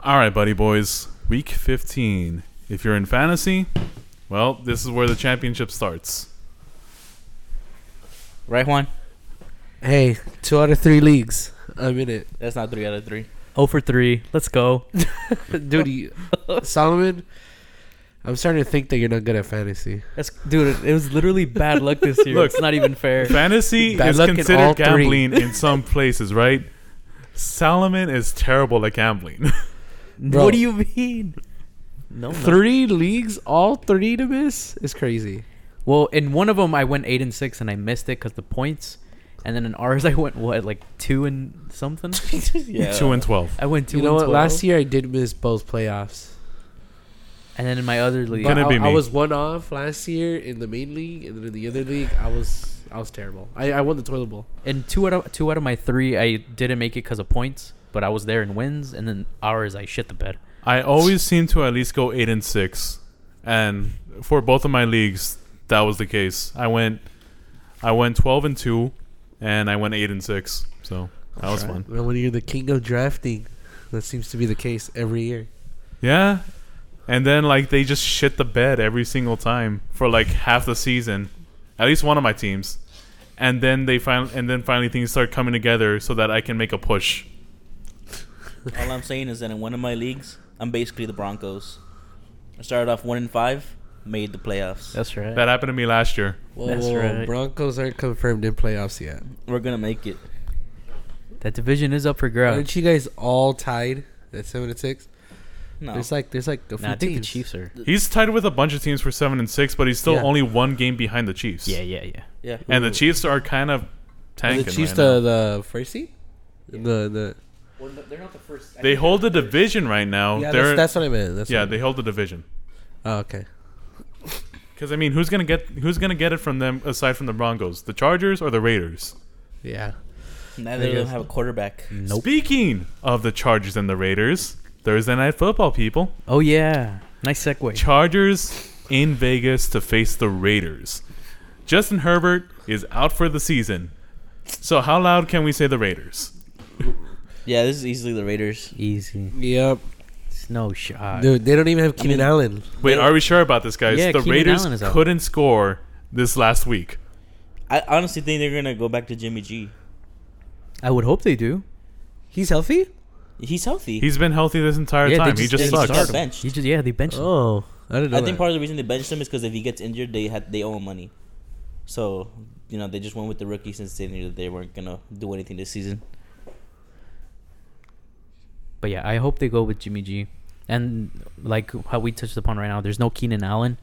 All right, buddy boys. Week 15. If you're in fantasy, well, this is where the championship starts. Right, Juan? Hey, two out of three leagues. I'm in it. That's not three out of three. 0 for 3. Let's go. Dude, you- Solomon, I'm starting to think that you're not good at fantasy. That's, dude, it was literally bad luck this year. Look. it's not even fair. Fantasy Bad is luck in all considered three. gambling in some places, right? Solomon is terrible at gambling. Bro. What do you mean? No, no. Three leagues, all three to miss is crazy. Well, in one of them, I went 8 and 6 and I missed it because the points. And then in ours, I went, what, like 2 and something? yeah. 2 and 12. I went 2 you know and what? 12. Last year I did miss both playoffs. And then in my other league. But Gonna I, be I me. was one off last year in the main league, and then in the other league I was I was terrible. I, I won the toilet bowl. And two out of two out of my three, I didn't make it because of points, but I was there in wins. And then ours, I shit the bed. I always seem to at least go 8 and 6. And for both of my leagues, that was the case. I went I went 12 and 2 and I went 8 and 6. So, that was fun. Well, when you're the king of drafting, that seems to be the case every year. Yeah. And then like they just shit the bed every single time for like half the season. At least one of my teams. And then they finally and then finally things start coming together so that I can make a push. All I'm saying is that in one of my leagues, I'm basically the Broncos. I started off one and five, made the playoffs. That's right. That happened to me last year. Whoa, That's whoa, whoa. right. Broncos aren't confirmed in playoffs yet. We're gonna make it. that division is up for grabs. Aren't you guys all tied at seven and six? No, There's like there's like a few Nah, I think the teams. Chiefs are. He's tied with a bunch of teams for 7 and 6, but he's still Yeah. only one game behind the Chiefs. Yeah, yeah, yeah. yeah. And the Chiefs are kind of Are tanking. the Chiefs right now. the, the first seed? The the Well, they're not the first. They hold the division right now. yeah, They're- that's, that's what I meant. That's yeah, what I they hold the division. meant. Oh, okay. Because I mean, who's gonna get who's gonna get it from them aside from the Broncos, the Chargers or the Raiders? Yeah. Neither of them have a quarterback. Nope. Speaking of the Chargers and the Raiders, Thursday night football, people. Oh yeah, nice segue. Chargers in Vegas to face the Raiders. Justin Herbert is out for the season. So how loud can we say the Raiders? Yeah, this is easily the Raiders. Easy, Yep. it's no shot. Dude, they don't even have Keenan mean- Allen. Wait, are we sure about this, guys? Yeah, the Keenan Raiders Allen is out. couldn't score this last week. I honestly think they're gonna go back to Jimmy G. I would hope they do. He's healthy? He's healthy. He's been healthy this entire Yeah, they time. he just- just they sucks. just started got benched. He just yeah, they benched. him. Oh, I didn't know. I think part of the reason they benched him is because if he gets injured, they had they owe him money. So you know they just went with the rookie since they knew that they weren't gonna do anything this season. But yeah, I hope they go with Jimmy G. And like how we touched upon right now, there's no Keenan Allen,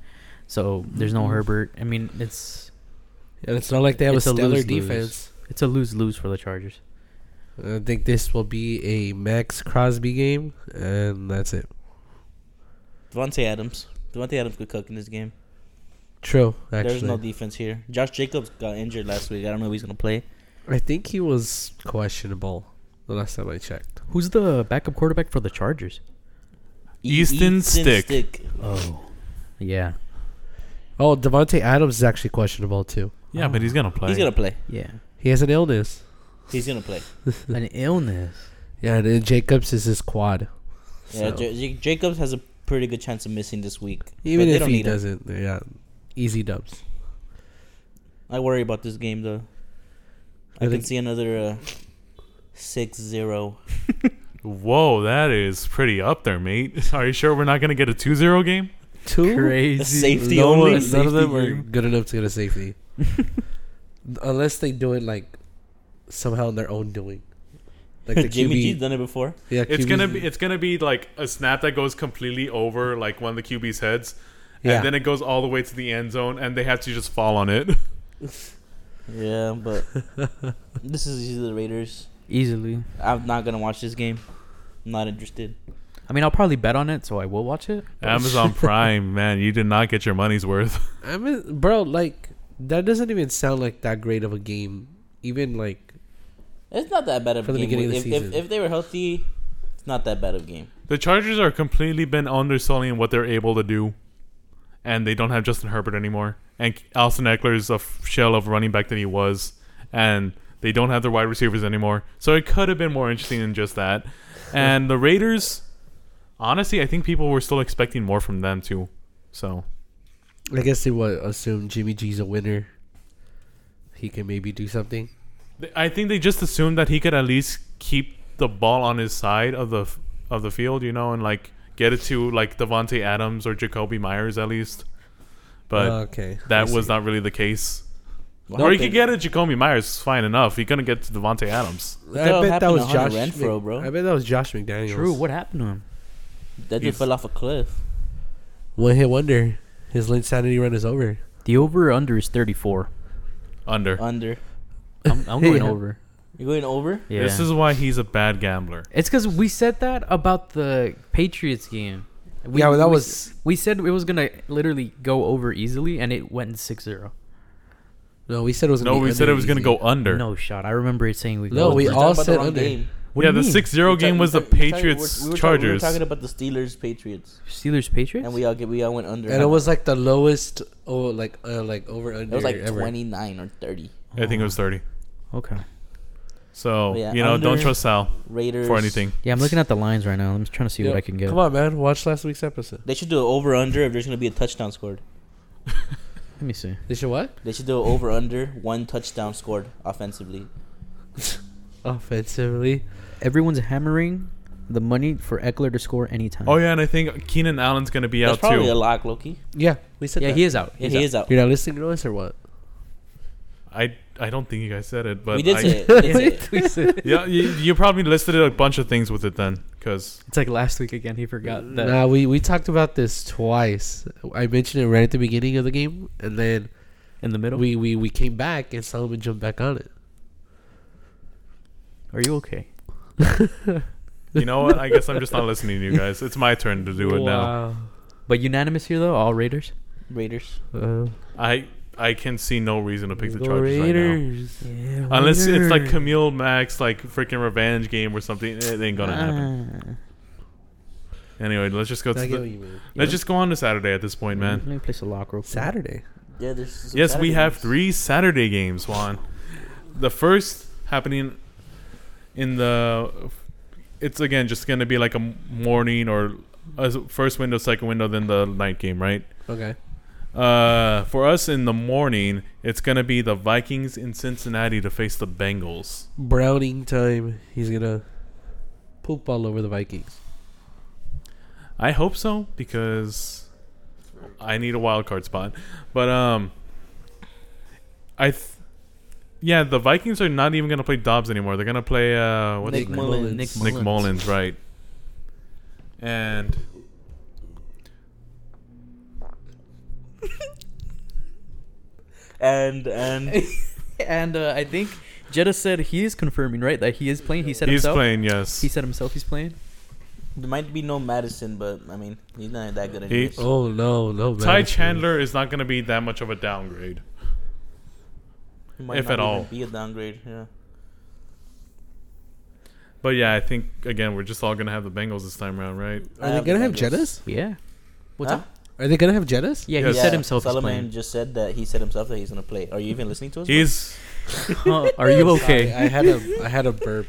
so there's no Herbert. I mean, it's and it's not like they have a It's a stellar lose-lose. defense. it's a lose lose for the Chargers. I think this will be a Max Crosby game, and that's it. Devontae Adams. Devontae Adams could cook in this game. True, actually. There's no defense here. Josh Jacobs got injured last week. I don't know if he's gonna play. E- I think he was questionable the last time I checked. Who's the backup quarterback for the Chargers? Easton Stick. Oh, yeah, Oh, Devontae Adams is actually questionable, too. Yeah, but he's gonna play. He's gonna play. yeah, He has an illness. He's gonna play. an illness. Yeah, and then Jacobs is his quad. Yeah, So- J- J- Jacobs has a pretty good chance of missing this week. Even But they if don't he need him. doesn't, yeah, easy dubs. I worry about this game though. I, I can think- see another uh, six zero. Whoa, that is pretty up there, mate. Are you sure we're not gonna get a 2-0 game? Two Crazy. A safety no only. One, none Safety of them are game. good enough to get a safety, unless they do it like somehow on their own doing. Like the Jimmy QB, G's done it before. yeah, It's QBs gonna be it's gonna be like a snap that goes completely over like one of the QB's heads, Yeah. and then it goes all the way to the end zone, and they have to just fall on it. Yeah, but this is usually the Raiders. Easily. I'm not gonna watch this game. not interested. I mean, I'll probably bet on it, so I will watch it. Amazon Prime, man, you did not get your money's worth. I mean, bro, like that doesn't even sound like that great of a game. Even like It's not that bad of For a the game. beginning of the if, season. If, if they were healthy, it's not that bad of a game. The Chargers are completely been underselling what they're able to do, and they don't have Justin Herbert anymore, and Alson Eckler is a f- shell of running back that he was, and they don't have their wide receivers anymore. So it could have been more interesting than just that. And the Raiders, honestly, I think people were still expecting more from them too. So I guess they would assume Jimmy G's a winner. He can maybe do something. Th- I think they just assumed that he could at least keep the ball on his side of the f- of the field, you know, and like get it to like Devonte Adams or Jacoby Myers at least. But Oh, okay, that I was see. not really the case. Well, or I he could think- get it Jacoby Myers fine enough. He couldn't get to Devonte Adams. Look at I what bet that happened was to Hunter Josh. Renfro, Mc- bro. I bet that was Josh McDaniels. True. What happened to him? That dude He's- fell off a cliff. One hit wonder. His insanity run is over. The over or under is 34. Under. Under. I'm, I'm going Yeah. over. You're going over? Yeah. This is why he's a bad gambler. It's because we said that about the Patriots game. We, Yeah, well, that we- was- We said it was gonna literally go over easily, and it went 6-0. No, we said it was. Gonna No, be we said it under was going to easy. go under. No shot. I remember it saying we. No, go we over. We're talking about all the said wrong under. game. What yeah, do you the mean? 6 0 We're talking- game was the we're talking- we're talking- Patriots we were talking- We were Chargers. talking about the Steelers Patriots, Steelers Patriots. and we all get we all went under. And it was like the lowest. Oh, like uh, like over under. it was like ever. twenty nine or thirty. I think it was 30. okay. So, Yeah, you know, don't under- trust Sal Raiders for anything. Yeah, I'm looking at the lines right now. I'm just trying to see Yep. what I can get. Come on, man. Watch last week's episode. They should do an over under if there's gonna be a touchdown scored. Let me see. They should what? They should do an over under one touchdown scored offensively. Offensively. Everyone's hammering the money for Eckler to score anytime. Oh, yeah, and I think Keenan Allen's going to be That's out probably a too. lock, Loki. Yeah, we said yeah, that. he is out. Yeah, He's he out. is out. You're not listening to us or what? I, I don't think you guys said it, but We did I, say it. We did say it. We said- yeah, you, you probably listed a bunch of things with it then, because It's like last week again. He forgot that. Nah, we we talked about this twice. I mentioned it right at the beginning of the game, and then In the middle. we we, we came back and Solomon jumped back on it. Are you okay? you know what? I guess I'm just not listening to you guys. It's my turn to do it now. But unanimous here though, all Raiders. Raiders. Uh, I I can see no reason to pick the go Chargers right Raiders. Yeah. now. Unless it's like Camille Max, like freaking revenge game or something, it ain't Ah. gonna happen. Anyway, let's just go to I get what the, you Mm-hmm. mean. let's just go on to Saturday at this point, Let man. me place a lock real quick. Saturday. Yeah, there's some Yes, we Saturday have games. three Saturday games, Juan. The first happening in the. It's again just going to be like a morning or a first window, second window, then the night game, right? Okay. Uh, for us in the morning, it's going to be the Vikings in Cincinnati to face the Bengals. Browning time. He's gonna poop all over the Vikings. I hope so because I need a wild card spot. But um, I, th- yeah, the Vikings are not even gonna play Dobbs anymore. They're gonna play uh, what's Nick his name? Mullins. Nick Nick Mullins, Mullins. right? And and and And uh, I think Jetta said he is confirming, right? That he is playing. He said he's himself. playing. Yes, He said himself he's playing. there might be no Madison, but I mean he's not that good. He- Anyways. Oh no, no. Ty Madison. Chandler is not gonna be that much of a downgrade. He might if not at even all. be a downgrade. Yeah. But yeah, I think again we're just all gonna have the Bengals this time around, right? Are I they gonna the have Bengals. Jettas? Yeah. What's Huh? up? Are they gonna have Jettas? Yeah, Yes. he said himself he's Solomon playing. just said that he said himself that he's gonna play. Are you even listening to us? bro? He's Huh, are you okay? I had a I had a burp.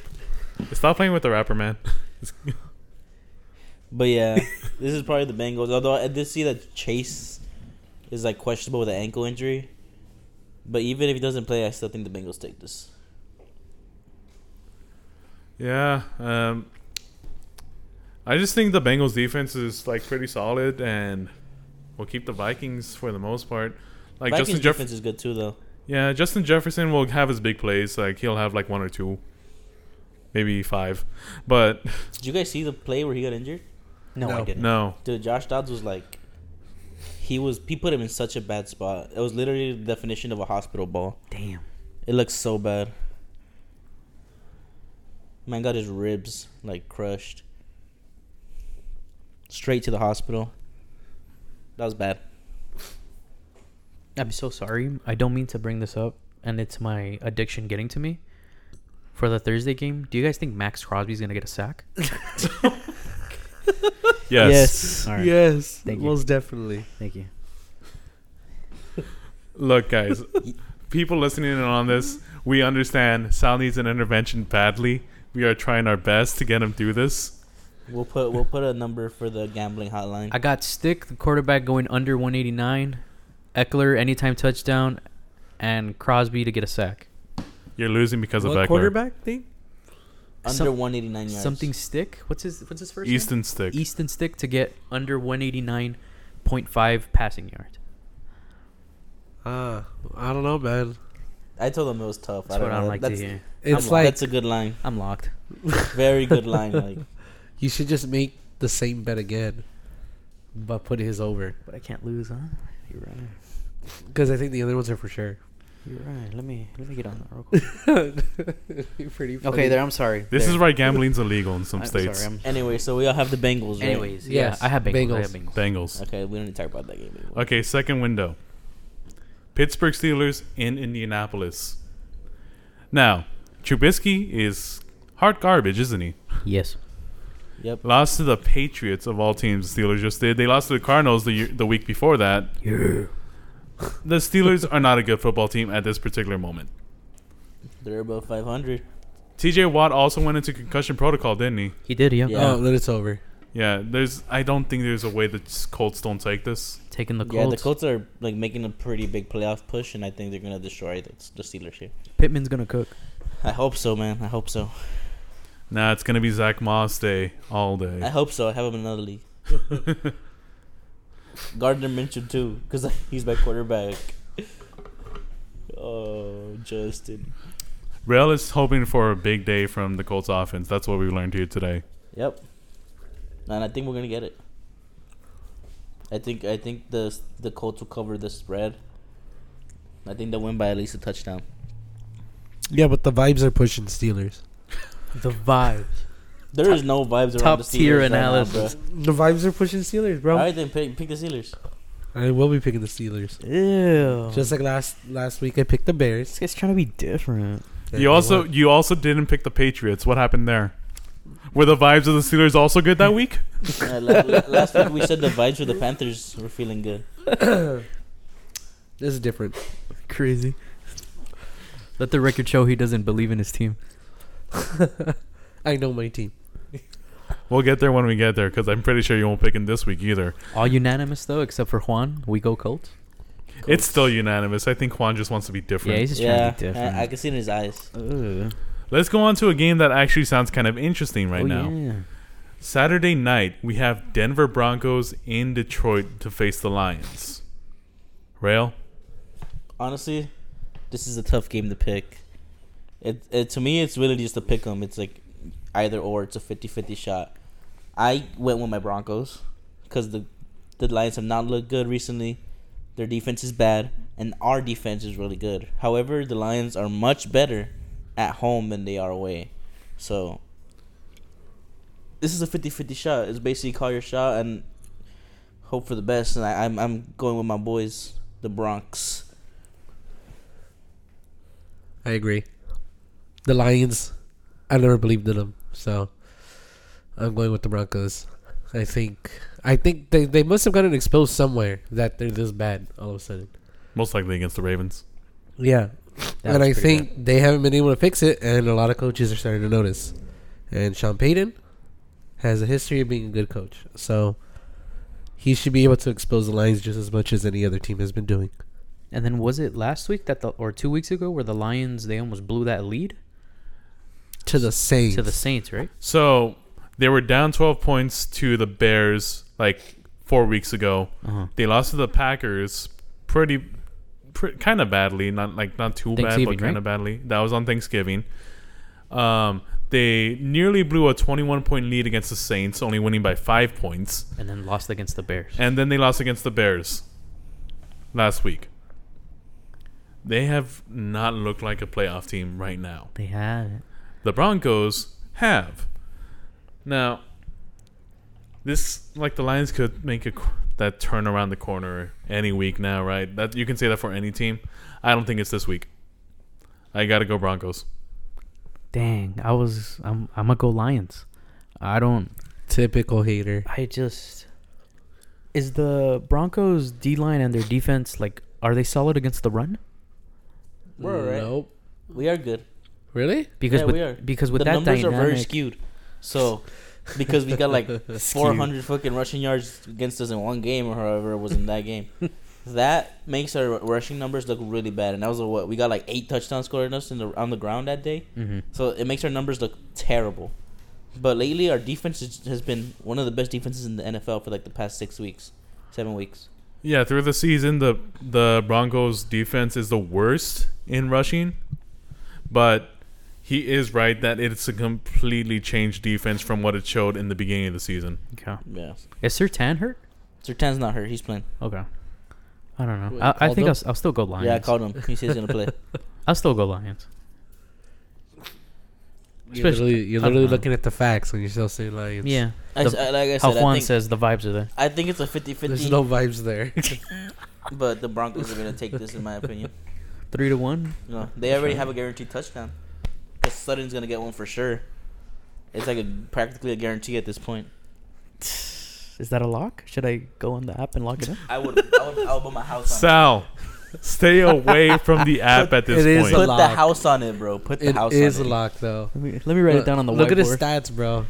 stop playing with the rapper, man. But yeah, this is probably the Bengals. Although I did see that Chase is like questionable with an ankle injury. But even if he doesn't play, I still think the Bengals take this. Yeah. Um, I just think the Bengals defense is like pretty solid and will keep the Vikings for the most part. Like Vikings Justin defense Jefferson, is good too, though. yeah, Justin Jefferson will have his big plays. Like he'll have like one or two, maybe five, but Did you guys see the play where he got injured? no, No. I didn't. no. Dude, Josh Dodds was like, he was he put him in such a bad spot. It was literally the definition of a hospital ball. Damn. It looks so bad. Man got his ribs like crushed. Straight to the hospital. That was bad. I'm so sorry. I don't mean to bring this up, and it's my addiction getting to me. For the Thursday game, do you guys think Max Crosby's gonna get a sack? Yes. All right. Yes. Thank you. most definitely. Thank you. Look, guys, people listening in on this, we understand Sal needs an intervention badly. We are trying our best to get him through this. We'll put we'll put a number for the gambling hotline. I got Stick, the quarterback, going under 189. Eckler, anytime touchdown. And Crosby to get a sack. You're losing because of What Eckler. quarterback thing? Under some- 189 yards. Something Stick? What's his What's his first Easton Stick. name? Easton Stick to get under 189.5 passing yard. Ah, I don't know, man. I told him it was tough. That's I don't what I know. don't like to that's, hear. It's I'm- like that's a good line. I'm locked. Very good line. Like you should just make the same bet again, but put his over But I can't lose, huh? You're right. because I think the other ones are for sure. You're right. Let me let me get on that real quick. Pretty funny. okay, there. I'm sorry. This There. is why gambling's illegal in some I'm states. Sorry, I'm- anyway, so we all have the Bengals. Right? anyways, Yes, yeah, I have Bengals. I Bengals. have Bengals. Bengals. Okay, we don't need to talk about that game. Anymore. Okay, second window. Pittsburgh Steelers in Indianapolis. Now, Trubisky is hard garbage, isn't he? Yes. Yep. Lost to the Patriots of all teams. The Steelers just did. They lost to the Cardinals the year, the week before that. The Steelers are not a good football team at this particular moment. They're above 500. T.J. Watt also went into concussion protocol, didn't he? He did. Yeah. Yeah. Oh, then it's over. Yeah. There's. I don't think there's a way the Colts don't take this. Taking the Colts. Yeah, the Colts are like making a pretty big playoff push, and I think they're gonna destroy the, the Steelers here. Pittman's gonna cook. I hope so, man. I hope so. Nah, it's gonna be Zach Moss day all I day. hope so. I have him in another league. Gardner Minshew too, because he's my quarterback. Oh, Justin. Rail is hoping for a big day from the Colts offense. That's what we learned here today. Yep. And I think we're gonna get it. I think I think the the Colts will cover the spread. I think they'll win by at least a touchdown. Yeah, but the vibes are pushing Steelers. The vibes. There is no vibes around top the Steelers. tier right now, analysis. bruh. The vibes are pushing Steelers, All bro. right, then pick, pick the Steelers. I will be picking the Steelers. Ew. Just like last last week, I picked the Bears. this guy's trying to be different. You also you also didn't pick the Patriots. What happened there? Were the vibes of the Steelers also good that week? Uh, la- la- last week we said the vibes for the Panthers were feeling good. this is different. Crazy. Let the record show he doesn't believe in his team. I know my team. We'll get there when we get there because I'm pretty sure you won't pick him this week either. All unanimous though, except for Juan. We go Colts. It's still unanimous. I think Juan just wants to be Yeah, different. he's just trying yeah, to be different. I, I can see it in his eyes. Ugh. Let's go on to a game that actually sounds kind of interesting right Oh, now. yeah. Saturday night we have Denver Broncos in Detroit to face the Lions. Rail, Honestly, this is a tough game to pick. It, it to me, it's really just a pick 'em. It's like either or. It's a 50-50 shot. I went with my Broncos because the the Lions have not looked good recently. Their defense is bad, and our defense is really good. However, the Lions are much better at home than they are away. So this is a 50-50 shot. It's basically call your shot and hope for the best. And I, I'm I'm going with my boys, the Bronx. I agree. The Lions, I never believed in them, so I'm going with the Broncos. I think I think they, they must have gotten exposed somewhere that they're this bad all of a sudden. most likely against the Ravens. Yeah, That and was I pretty think they haven't been able to fix it, and a lot of coaches are starting to notice. And Sean Payton has a history of being a good coach, so he should be able to expose the Lions just as much as any other team has been doing. And then was it last week that the or two weeks ago where the Lions they almost blew that lead To the Saints, to the Saints, right? So they were down 12 points to the Bears like four weeks ago. Uh-huh. They lost to the Packers pretty, pretty kind of badly. Not like not too bad, Thanksgiving, but kind right? of badly. That was on Thanksgiving. Um, they nearly blew a 21 point lead against the Saints, only winning by five points. And then lost against the Bears. And then they lost against the Bears last week. They have not looked like a playoff team right now They had it. the Broncos have. Now, this like the Lions could make a qu- that turn around the corner any week now, right? That you can say that for any team. I don't think it's this week. I gotta go Broncos. Dang, I was I'm I'm gonna go Lions. I don't typical hater. I just is the Broncos D line and their defense like are they solid against the run? We're alright. Nope. We are good. Really? Because Yeah, with we are. because with the that numbers dynamic, are very skewed. So because we got like 400 fucking rushing yards against us in one game or however it was in that game. that makes our rushing numbers look really bad. And that was a, what we got like eight touchdowns scored on us in the, on the ground that day. Mm-hmm. So it makes our numbers look terrible. But lately, our defense is- has been one of the best defenses in the NFL for like the past six weeks, seven weeks. Yeah, through the season, the the Broncos defense is the worst in rushing, but he is right that it's a completely changed defense from what it showed in the beginning of the season. Okay. Yeah. Is Sertan hurt? Sertan's not hurt. He's playing. Okay. I don't Wait, know. I, I think Caldwell? I'll, s- I'll still go Lions. Yeah, I called him. He says he's gonna play. I'll still go Lions. You're literally, you're I don't literally know. looking at the facts when you're still saying Lions. Yeah. I, The- s- I- like I How said, I Juan think, says the vibes are there. I think it's a 50-50, There's no vibes there. but the Broncos are gonna take this, in my opinion. Three to one. No, they already have a guaranteed touchdown. Because Sutton's gonna get one for sure. It's like a, practically a guarantee at this point. Is that a lock? Should I go on the app and lock it up? I would, I would, I would put my house on. it. Sal, stay away from the app at this It is point. Put the lock. house on it, bro. Put the it house is on a it. lock though. Let me let me write Look- it down on the Look at his whiteboard. stats, bro.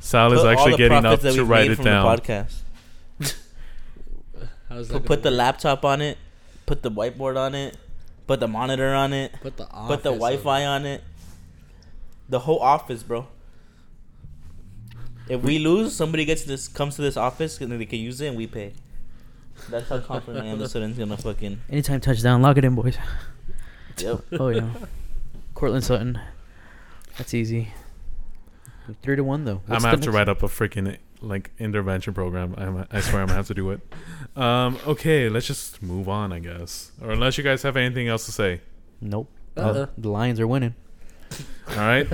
Sal is Put all actually the getting profits up that to we've write made it from the down. podcast. How's Put, put the laptop on it. Put the whiteboard on it. Put the monitor on it. put the put the Wi-Fi on it. The whole office, bro. If we lose, somebody gets this comes to this office and they can use it and we pay. That's how confident I am. The Sutton's gonna fucking. Anytime touchdown, lock it in, boys. Yep. Oh yeah, Cortland Sutton. That's easy. Three to one though. I'm gonna have to write up a freaking like intervention program. I'm, I swear I'm gonna have to do it. Um, okay, let's just move on, I guess. Or unless you guys have anything else to say. Nope. Uh-uh. Oh, the Lions are winning. All right.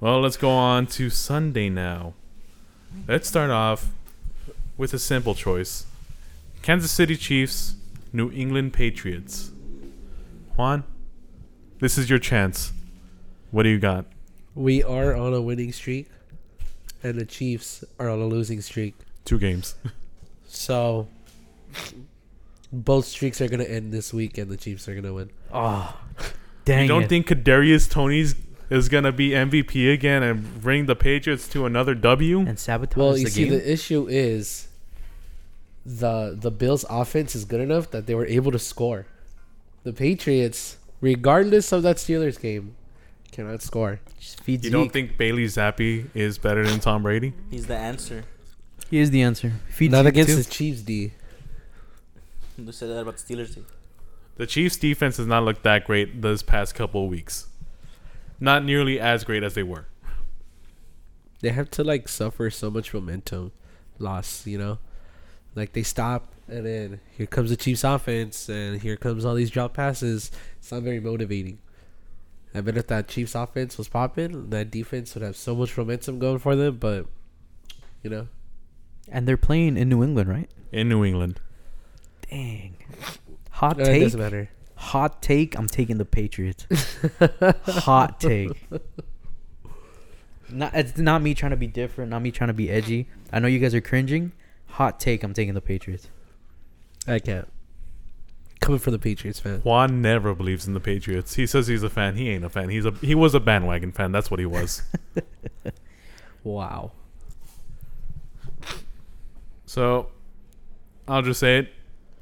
well, let's go on to Sunday now. Let's start off with a simple choice Kansas City Chiefs, New England Patriots. Juan, this is your chance. What do you got? We are on a winning streak, and the Chiefs are on a losing streak. Two games. So both streaks are gonna end this week, and the Chiefs are gonna win. Oh, dang you don't it. think Kadarius Tony's is going to be MVP again and bring the Patriots to another W? and sabotage Well, the you see, game. the issue is the the Bills' offense is good enough that they were able to score. The Patriots, regardless of that Steelers game, cannot score. Just feeds You don't think Bailey Zappi is better than Tom Brady? He's the answer. he is the answer. Feeds Not Zeke, against too. the Chiefs D. You said that about the Steelers. The Chiefs' defense has not looked that great this past couple of weeks. Not nearly as great as they were. They have to like suffer so much momentum loss, you know? Like they stop and then here comes the Chiefs offense and here comes all these drop passes. It's not very motivating. I bet if that Chiefs offense was popping, that defense would have so much momentum going for them, but you know, and they're playing in New England, right? In New England. Dang. Hot it take. doesn't matter. Hot take. I'm taking the Patriots. Hot take. Not it's not me trying to be different. Not me trying to be edgy. I know you guys are cringing. Hot take. I'm taking the Patriots. I can't. Coming from the Patriots fan. Juan never believes in the Patriots. He says he's a fan. He ain't a fan. He's a he was a bandwagon fan. That's what he was. Wow. so I'll just say it.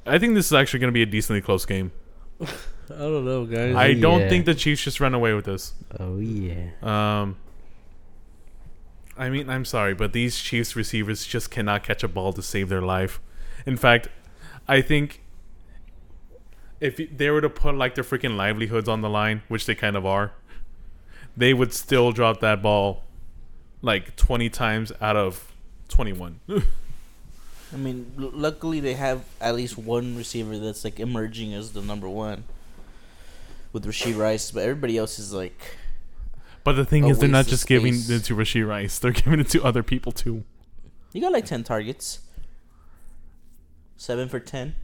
I think this is actually gonna be a decently close game. I don't know, guys. I don't Yeah. think the Chiefs just run away with this. Oh yeah. Um I mean, I'm sorry, but these Chiefs receivers just cannot catch a ball to save their life. In fact, I think if they were to put like their freaking livelihoods on the line, which they kind of are, they would still drop that ball like 20 times out of 21. I mean, l- luckily they have at least one receiver that's like emerging as the number one with Rasheed Rice, but everybody else is like, but the thing is, they're not Always just the giving space. it to Rasheed Rice; they're giving it to other people too. you got like ten targets, seven for ten,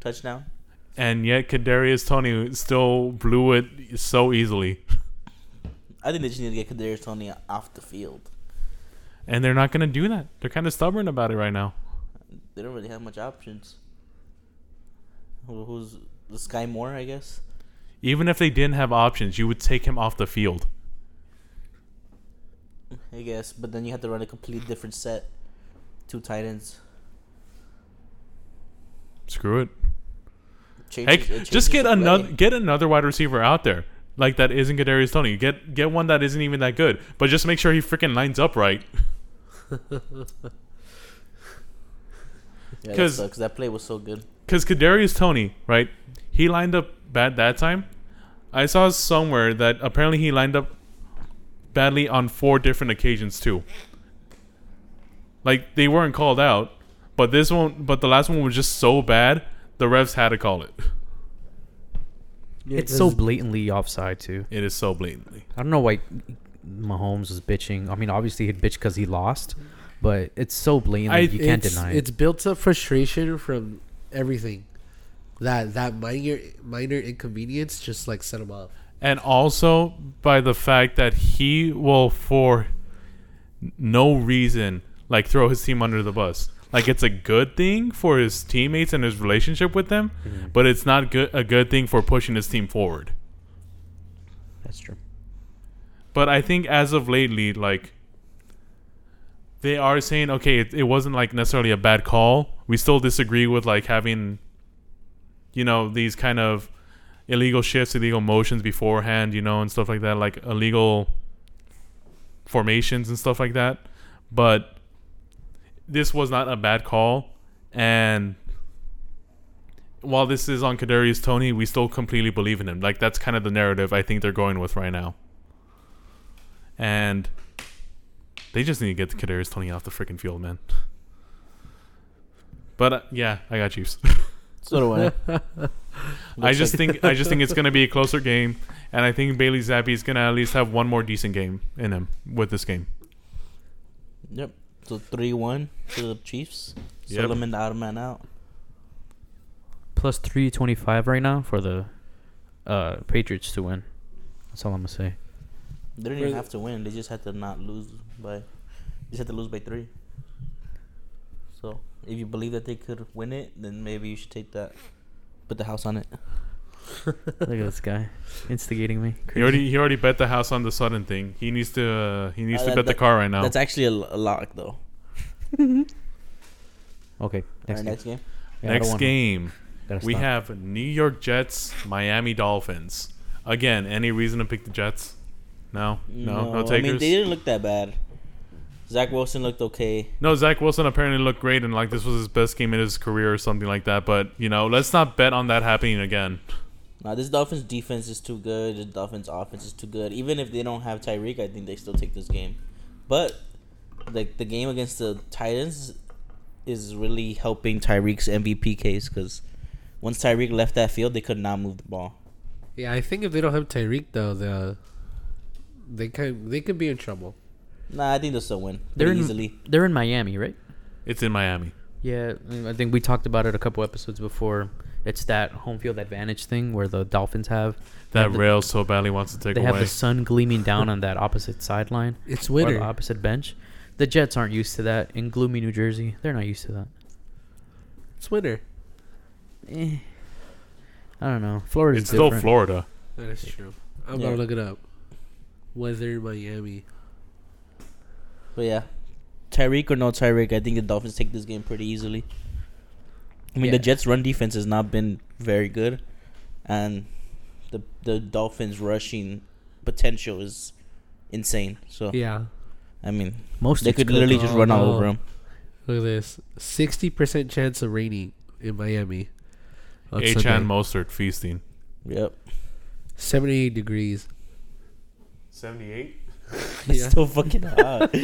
touchdown. And yet, Kadarius Tony still blew it so easily, I think they just need to get Kadarius Tony off the field. and they're not going to do that. They're kind of stubborn about it right now. They don't really have much options. Who- Who's the Sky Moore? I guess. Even if they didn't have options, you would take him off the field. I guess. But then you have to run a complete different set, two tight ends. Screw it. Changes- Heck, it changes just get the another play. get another wide receiver out there like that isn't Kadarius Tony. Get get one that isn't even that good, but just make sure he freaking lines up right. Yeah, that 'cause- sucks. That play was so good. Because Kadarius Tony, right? He lined up bad that time. I saw somewhere that apparently he lined up badly on four different occasions too. Like they weren't called out, but this one, but the last one was just so bad, the refs had to call it. It's so blatantly offside too. It is so blatantly. I don't know why Mahomes was bitching. I mean, obviously he'd bitch because he lost, but it's so blatantly I- you can't it's, deny It's it. built up frustration from everything. That that minor minor inconvenience just like set him off. and also by the fact that he will for no reason like throw his team under the bus like it's a good thing for his teammates and his relationship with them but it's not good a good thing for pushing his team forward That's true. but i think as of lately like they are saying okay it, it wasn't like necessarily a bad call we still disagree with like having you know these kind of illegal shifts illegal motions beforehand you know and stuff like that like illegal formations and stuff like that but this was not a bad call and while this is on Kadarius Tony, we still completely believe in him. Like that's kind of the narrative I think they're going with right now. And they just need to get the Kadarius Tony off the freaking field, man. But uh, yeah, I got Chiefs. So do I. I just think I just think it's gonna be a closer game, and I think Bailey Zappi is gonna at least have one more decent game in him with this game. Yep. So three one to the Chiefs. Yep. Solomon the Ottoman out. Plus three twenty five right now for the uh, Patriots to win. That's all I'm gonna say. They didn't Where even the- have to win. They just had to not lose by. They just had to lose by three. So if you believe that they could win it, then maybe you should take that. Put the house on it. Look at this guy instigating me. He already he already bet the house on the sudden thing. He needs to uh, he needs Uh, to that- bet the that- car right now. That's actually a, a lock, though. Okay, Next, next game. next game. Yeah, I don't Next wanna- game, gotta we stop. have New York Jets, Miami Dolphins. Again, any reason to pick the Jets? No, no, no, I takers. mean, they didn't look that bad. Zach Wilson looked okay. No, Zach Wilson apparently looked great and like this was his best game in his career or something like that. But you know, let's not bet on that happening again. Now this Dolphins defense is too good. The Dolphins offense is too good. Even if they don't have Tyreek, I think they still take this game. But like the game against the Titans is really helping Tyreek's MVP case because once Tyreek left that field, they could not move the ball. Yeah, I think if they don't have Tyreek though, the they can they could be in trouble. Nah, I think they'll still win They're pretty in, easily. They're in Miami, right? It's in Miami. Yeah, I mean, I think we talked about it a couple episodes before. It's that home field advantage thing where the Dolphins have That have the- rail so badly wants to take They have away. the sun gleaming down on that opposite sideline It's or the winter. opposite bench. The Jets aren't used to that in gloomy New Jersey. They're not used to that. It's winter. Eh, I don't know. Florida's It's still different. Florida. That is true. I'm Yeah. gonna look it up. Weather Miami. But yeah, Tyreek or no Tyreek, I think the Dolphins take this game pretty easily. I mean, Yeah. the Jets' run defense has not been very good, and the the Dolphins' rushing potential is insane. So Yeah. I mean, Most they could literally just Oh, run all no. over them. Look at this. Sixty percent chance of raining in Miami. on Achan Sunday. Mostert feasting. Yep, 78 degrees. Seventy-eight. it's so fucking hot for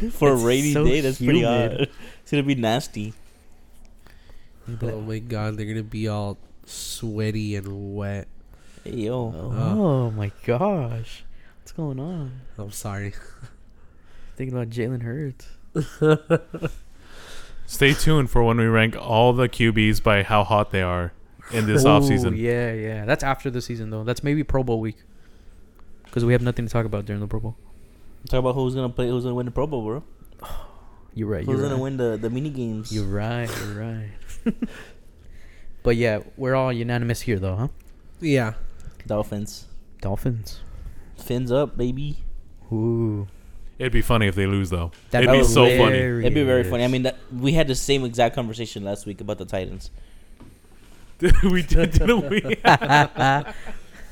It's a rainy so day. That's pretty humid. hot. It's gonna be nasty. Oh my god, they're gonna be all sweaty and wet. Hey, yo, Oh my gosh, what's going on? I'm sorry. Thinking about Jalen Hurts. Stay tuned for when we rank all the QBs by how hot they are in this offseason. Yeah, yeah. That's after the season though. That's maybe Pro Bowl week. Because we have nothing to talk about during the Pro Bowl. talk about who's gonna play, who's gonna win the Pro Bowl, bro? You're right. Who's You're gonna right. win the the mini games? You're right. You're right. but yeah, we're all unanimous here though, huh? Yeah. Dolphins, Dolphins. fins up, baby. Ooh. It'd be funny if they lose though. That'd It'd be be so funny. hilarious. It'd be very funny. I mean, that, we had the same exact conversation last week about the Titans. we did, didn't we?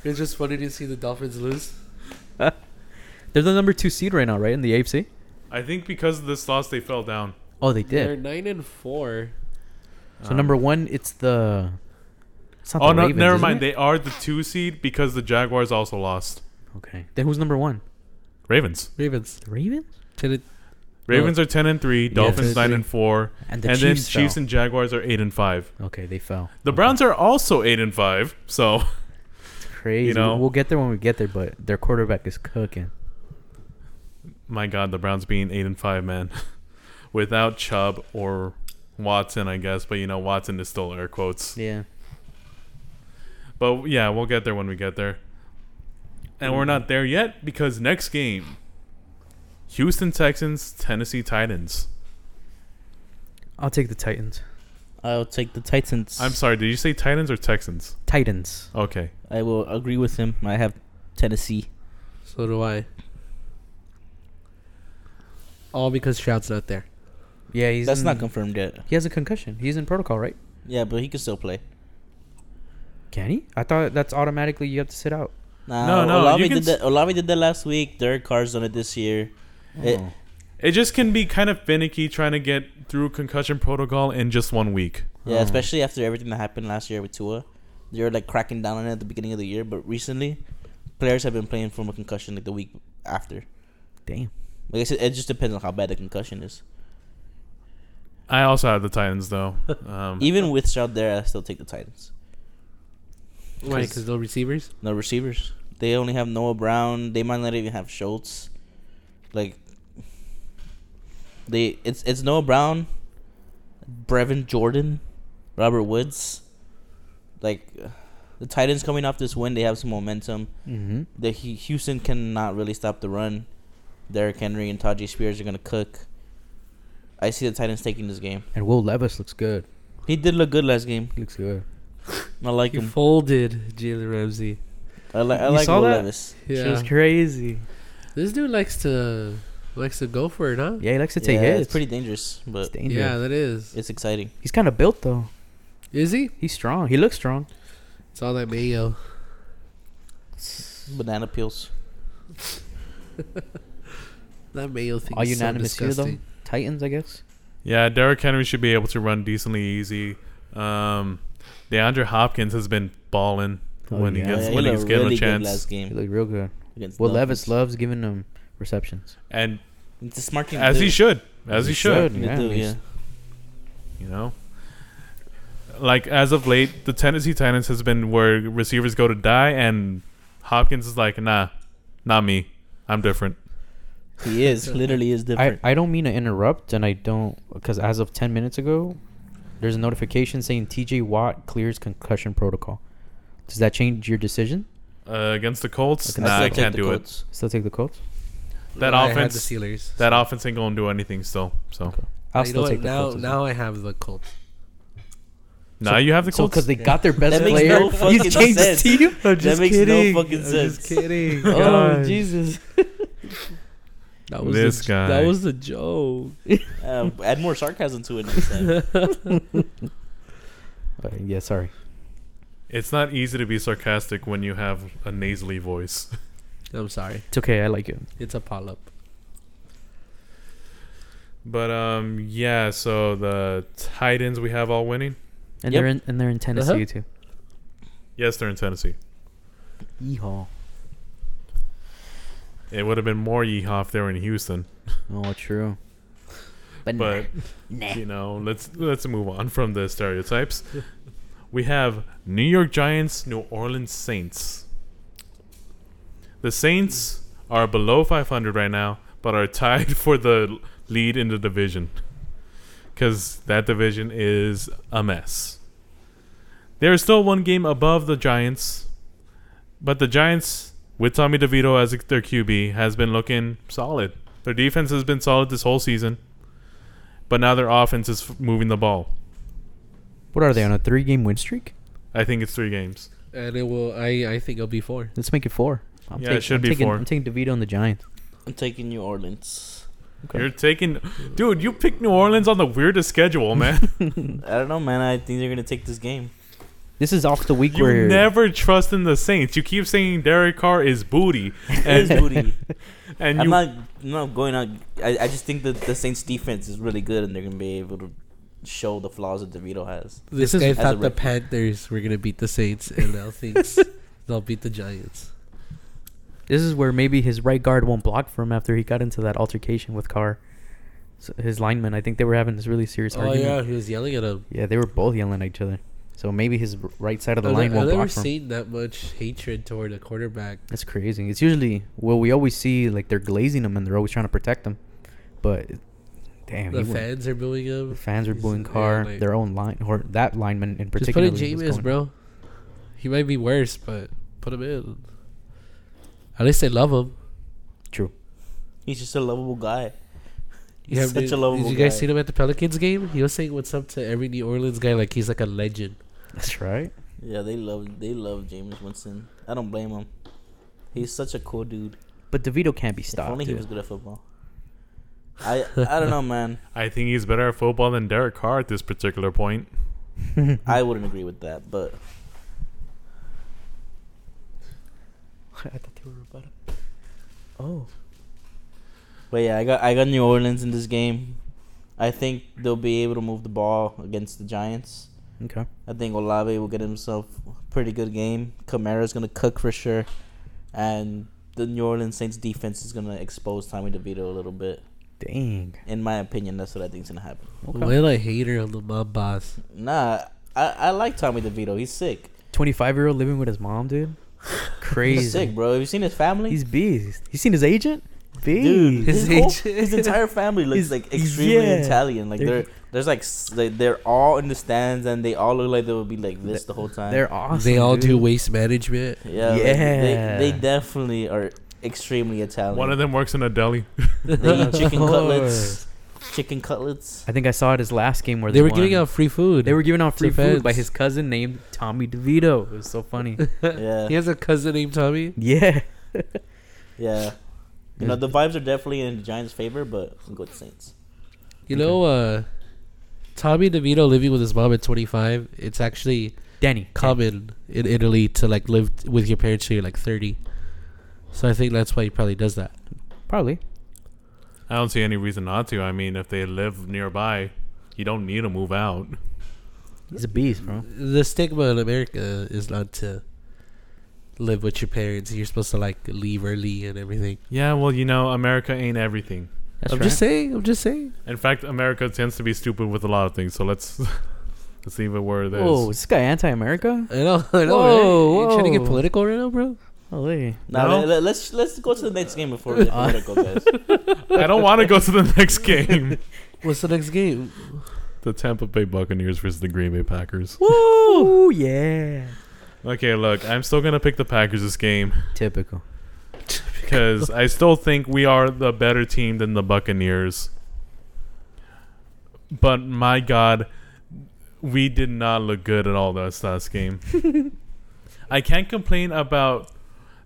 It's just funny to see the Dolphins lose. They're the number two seed right now, right in the AFC. I think because of this loss, they fell down. Oh, they They're did. nine and four. So Um, number one, it's the. It's not Oh the no, Ravens, never is mind. it? They are the two seed because the Jaguars also lost. okay. Then who's number one? Ravens. Ravens. The Ravens Ten and- Ravens are ten and three. Dolphins 10 and nine three. and four, and the and Chiefs. then Chiefs fell. and Jaguars are eight and five. okay, they fell. The Okay. Browns are also eight and five. So Crazy. you know? we'll get there when we get there, but their quarterback is cooking. my God, the Browns being eight and five, man, without Chubb or Watson, I guess. But you know, Watson is still air quotes. Yeah. But yeah, we'll get there when we get there. And we're not there yet because next game Houston Texans, Tennessee Titans. I'll take the Titans. I'll take the Titans. I'm sorry, did you say Titans or Texans? Titans. Okay. I will agree with him. I have Tennessee. So do I. All because Stroud's not there. Yeah, he's That's not in- confirmed yet. He has a concussion. He's in protocol, right? Yeah, but he can still play. Can he? I thought that's automatically you have to sit out. Nah, No, no, you Olave can did that. Olave did that last week. Derek Carr's done it this year. It- Oh. It just can be kind of finicky trying to get through concussion protocol in just one week. yeah, Oh. especially after everything that happened last year with Tua, they were like cracking down on it at the beginning of the year. But recently, players have been playing from a concussion like the week after. Damn. Like I said, it just depends on how bad the concussion is. Mm-hmm. I also have the Titans though. Um, Even with Stroud there, I still take the Titans. Why? Because no receivers. No receivers. They only have Noah Brown. They might not even have Schultz. Like they, it's it's Noah Brown, Brevin Jordan, Robert Woods. Like the Titans coming off this win, they have some momentum. Mm-hmm. The Hu- Houston cannot really stop the run. Derrick Henry and Tajay Spears are gonna cook. I see the Titans taking this game. And Will Levis looks good. He did look good last game. He looks good. I like You him. folded Jalen Ramsey. I, li- I You like saw Will that? Levis. She was Yeah. crazy. This dude likes to likes to go for it, huh? Yeah, he likes to take Yeah, hits. It's pretty dangerous, It's but dangerous. Yeah, that is. it's exciting. He's kind of built though. Is he? He's strong. He looks strong. It's all that mayo. Banana peels. That mayo thing. All is so unanimous here though. disgusting. Titans, I guess. yeah, Derrick Henry should be able to run decently easy. Um, DeAndre Hopkins has been balling Oh, when yeah. he gets Yeah, when he he's looked given really a good chance. last He game looked real good. against Will Dolphins. Levis loves giving him receptions. And It's a smart team. as too. he should, as he He should. should. They Yeah, do, he's- yeah. you know like as of late the tennessee titans has been where receivers go to die and hopkins is like nah not me i'm different He is literally is I, different. I don't mean to interrupt, and I don't because as of ten minutes ago, there's a notification saying T.J. Watt clears concussion protocol. Does that change your decision? uh, against the colts Okay, nah still i take can't the do it Colts. Still take the Colts. That I had the offense- Steelers. that offense ain't gonna do anything still so I'll You know still what? take the now, Colts. as well. now I have the Colts. now you have the So colts because they got their best That makes player, no he's fucking changed the sense. team. I'm just makes no kidding. fucking I'm sense. Just kidding. Oh Guys. Jesus! That This the, j- guy. That was the joke. Uh, add more sarcasm to it next time. Uh, yeah, sorry. it's not easy to be sarcastic when you have a nasally voice I'm sorry. It's okay. I like it. It's a polyp. but um yeah so the titans we have all winning And Yep. they're in and they're in Tennessee Uh-huh. too. yes they're in tennessee Yeehaw! it would have been more yeehaw if they were in houston Oh, true. but you know, let's let's move on from the stereotypes. we have New York Giants, New Orleans Saints. The Saints are below 500 right now, but are tied for the lead in the division because that division is a mess. They're still one game above the Giants, but the Giants, with Tommy DeVito as their QB, has been looking solid. Their defense has been solid this whole season but now their offense is f- moving the ball. what are they on a three-game win streak? I think it's three games. And it will. I I think it'll be four. Let's make it four. I'm Yeah, it should I'm be taking, four. I'm taking DeVito and the Giants. I'm taking New Orleans. Okay. You're taking, dude. You picked New Orleans on the weirdest schedule, man. I don't know, man. I think they're gonna take this game. This is off the week you where never trust in the Saints. You keep saying Derek Carr is booty, It's and, booty. and I'm you not, I'm not going out. I, I just think that the Saints' defense is really good, and they're gonna be able to show the flaws that DeVito has. This, This is- guy as a thought the rookie. Panthers were gonna beat the Saints, and now thinks they'll beat the Giants. this is where maybe his right guard won't block for him after he got into that altercation with Carr. So his lineman, I think they were having this really serious Oh argument. yeah, he was yelling at him. Yeah, they were both yelling at each other. So maybe his r- right side of the I've, line ne- won't I've never block for him. seen that much hatred toward a quarterback. That's crazy. It's usually well, we always see like they're glazing him and they're always trying to protect him, but damn, the he went- fans are booing the him. fans are He's- booing yeah, Carr, like- their own line or that lineman in Just particular. put in Jameis, bro. He might be worse, but put him in. At least they love him. True. He's just a lovable guy. He's Yeah, such did, a lovable Did you guy. guys see him at the Pelicans game? He was saying what's up to every New Orleans guy like he's like a legend. That's right. Yeah, they love they love James Winston. I don't blame him. He's such a cool dude. But DeVito can't be stopped. if only he dude. was good at football. I I don't know, man. I think he's better at football than Derek Carr at this particular point. I wouldn't agree with that, but I thought they were about to- Oh, but yeah, I got I got New Orleans in this game. I think they'll be able to move the ball against the Giants. okay. I think Olave will get himself a pretty good game. Kamara's gonna cook for sure, and the New Orleans Saints defense is gonna expose Tommy DeVito a little bit. Dang. In my opinion, that's what I think's gonna happen. Okay. Well, I hate her on the mob boss. Nah, I, I like Tommy DeVito. He's sick. 25 year old living with his mom, dude. Crazy. He's sick, bro. Have you seen his family? He's beast. You seen his agent? Beast. Dude, his, His whole, age- his entire family looks He's- like he's- extremely yeah. Italian. Like They're- they're there's like s- like they're all in the stands and they all look like they would be like this the whole time. They're awesome. they all dude. do waste management. yeah, like, they, they Yeah. definitely are extremely Italian. One of them works in a deli. they eat Of chicken course. cutlets, chicken cutlets. I think I saw it his last game where They were won. giving out free food. They were giving out to free food by fans. his cousin named Tommy DeVito. It was so funny. Yeah, He has a cousin named Tommy. yeah. yeah. You know the vibes are definitely in the Giants' favor, but I'm going to Saints. You know, uh, Tommy DeVito living with his mom at 25. It's actually Danny. common in Italy to like live with your parents till you're like 30. So I think that's why he probably does that. Probably. I don't see any reason not to. I mean, if they live nearby, you don't need to move out. He's a beast, bro. The stigma in America is not to live with your parents. You're supposed to like leave early and everything. Yeah, well, you know, America ain't everything. That's I'm right. just saying. I'm just saying. In fact, America tends to be stupid with a lot of things. So let's let's leave it where it is. Whoa, is this guy anti-America? I know. I know. Whoa, right? You trying to get whoa. political right now, bro? Holy. Now No? let, let- let's let's go to the next game before we get Uh. political, guys. I don't want to go to the next game. What's the next game? The Tampa Bay Buccaneers versus the Green Bay Packers. Woo! yeah. Okay, look, I'm still gonna pick the Packers this game Typical. because I still think we are the better team than the Buccaneers. But my God, we did not look good at all this last game. I can't complain about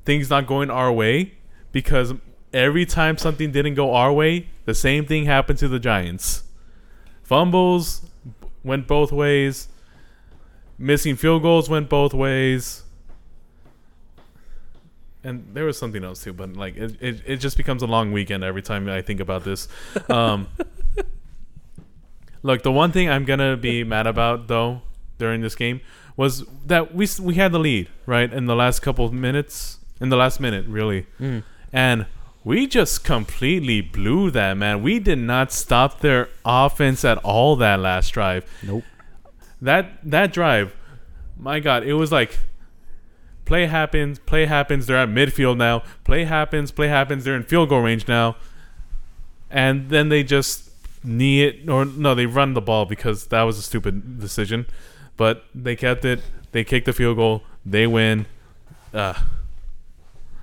things not going our way because every time something didn't go our way, the same thing happened to the Giants. Fumbles b- went both ways. Missing field goals went both ways. And there was something else too, but like it, it, it just becomes a long weekend every time I think about this. Um, look, the one thing I'm gonna be mad about though during this game was that we s- we had the lead right in the last couple of minutes, in the last minute really, Mm. and we just completely blew that man. We did not stop their offense at all that last drive Nope. that that drive, my God, it was like play happens, play happens. They're at midfield now. Play happens, play happens. They're in field goal range now, and then they just knee it or no, they run the ball because that was a stupid decision, but they kept it. They kicked the field goal. They win. Uh,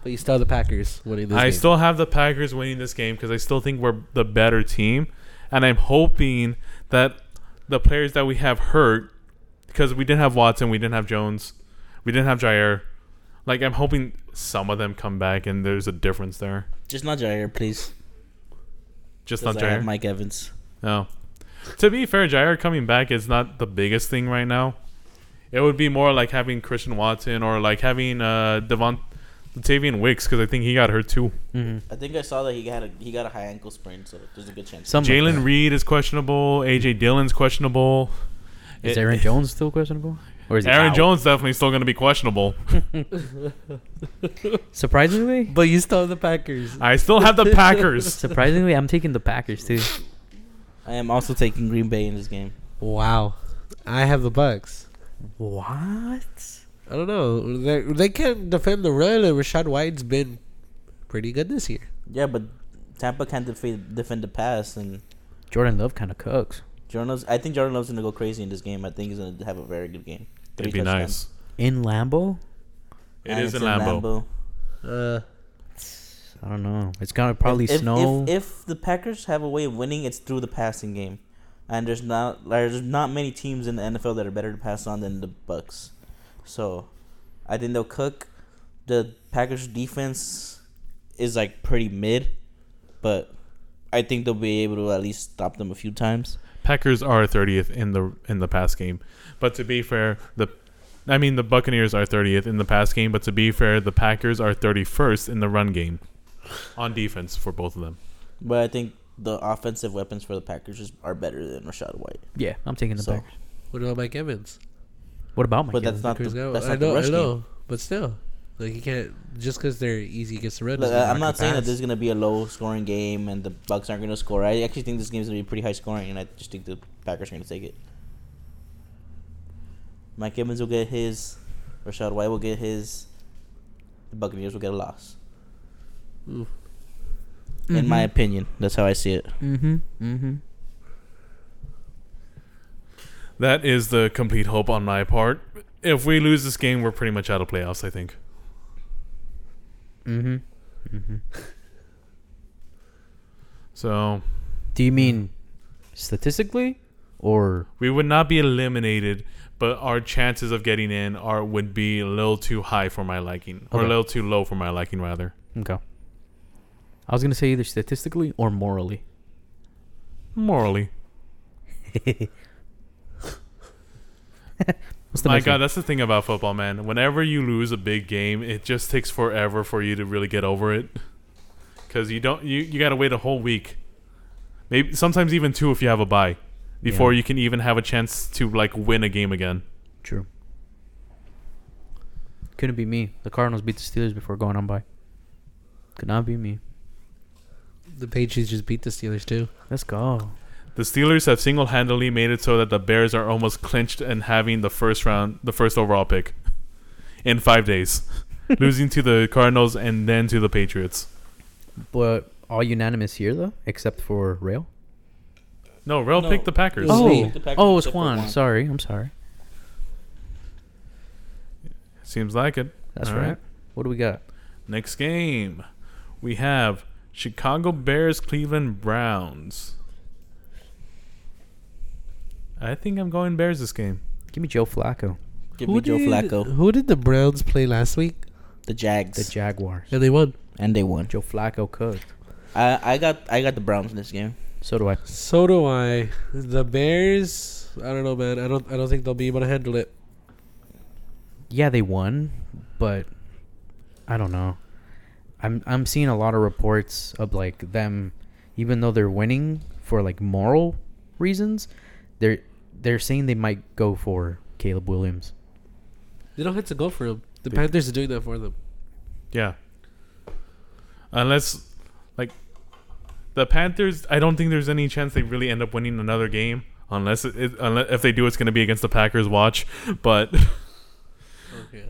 But you still have the Packers winning this I game. still have the Packers winning this game because I still think we're the better team, and I'm hoping that the players that we have hurt because we didn't have Watson, we didn't have Jones, we didn't have Jair. Like I'm hoping some of them come back and there's a difference there. Just not Jair, please. Just not Because I have Jair. Mike Evans. no. To be fair, Jair coming back is not the biggest thing right now. It would be more like having Christian Watson or like having uh Devon Latavian Wicks because I think he got hurt too. Mm-hmm. I think I saw that he got a he got a high ankle sprain, so there's a good chance. Some Jalen Reed is questionable. AJ Dillon's questionable. is It- Aaron Jones still questionable, or is he Aaron out? Jones definitely still going to be questionable. Surprisingly, But you still have the Packers. I still have the Packers. surprisingly, I'm taking the Packers too. I am also taking Green Bay in this game. Wow, I have the Bucks. What? I don't know. They they can't defend the run, and Rashad White's been pretty good this year. Yeah, but Tampa can't defend defend the pass, and Jordan Love kind of cooks. Jordan Love's, I think Jordan Love's gonna go crazy in this game. I think he's gonna have a very good game. Three It'd be touchdowns. nice. In Lambo, It And is in it's Lambeau. Uh, I don't know. It's gonna probably If- if, snow. If, if the Packers have a way of winning, it's through the passing game, and there's not there's not many teams in the NFL that are better to pass on than the Bucks. So, I think they'll cook. The Packers defense is like pretty mid, but I think they'll be able to at least stop them a few times. Packers are 30th in the in the pass game. But to be fair, the I mean the Buccaneers are 30th in the pass game, but to be fair, the Packers are 31st in the run game on defense for both of them. But I think the offensive weapons for the Packers is, are better than Rashad White. yeah, I'm taking the So- Packers. what about Mike Evans? What about my? But that's not the, Packers now? that's I not the know, I rush game. know, but still, like you can't just because they're easy against the run. Look, doesn't mean I- I'm they're not saying that fast. this is going to be a low scoring game and the Bucks aren't going to score. I actually think this game is going to be pretty high scoring, and I just think the Packers are going to take it. Mike Evans will get his. Rashad White will get his. The Buccaneers will get a loss. Oof. In Mm-hmm. my opinion, that's how I see it. Mm-hmm. Mm-hmm. That is the complete hope on my part. If we lose this game, we're pretty much out of playoffs, I think. Mm-hmm. So, Do you mean statistically, or we would not be eliminated, but our chances of getting in are would be a little too high for my liking or a Okay. little too low for my liking rather. okay? I was gonna say either statistically or morally. Morally. What's the My next God, one? that's the thing about football, man. Whenever you lose a big game, it just takes forever for you to really get over it, because you don't you you gotta wait a whole week, maybe sometimes even two if you have a bye, before Yeah. you can even have a chance to like win a game again. True. Couldn't be me. The Cardinals beat the Steelers before going on by. Could not be me. the Patriots just beat the Steelers too. Let's go. The Steelers have single-handedly made it so that the Bears are almost clinched and having the first round, the first overall pick, in five days, losing to the Cardinals and then to the Patriots. But all unanimous here though, except for Rail. No, Rel No. picked the Packers. was me. Oh, The Packers oh, it's except for Juan. one. Sorry, I'm sorry. Seems like it. That's All right. right. What do we got? Next game, we have Chicago Bears, Cleveland Browns. I think I'm going Bears this game. Give me Joe Flacco, Give me Joe did, Flacco, Who did the Browns play last week? the Jags, the Jaguars. And they won. and they won. Joe Flacco cooked. I, I got I got the Browns in this game. So do I. So do I. The Bears. I don't know, man. I don't. I don't think they'll be able to handle it. Yeah, they won, but I don't know. I'm I'm seeing a lot of reports of like them, even though they're winning for like moral reasons, they're they're saying they might go for Caleb Williams. They don't have to go for him. The They- Panthers are doing that for them. Yeah. Unless, like, the Panthers, I don't think there's any chance they really end up winning another game. Unless, it, it, unless if they do, it's going to be against the Packers. Watch, but Okay.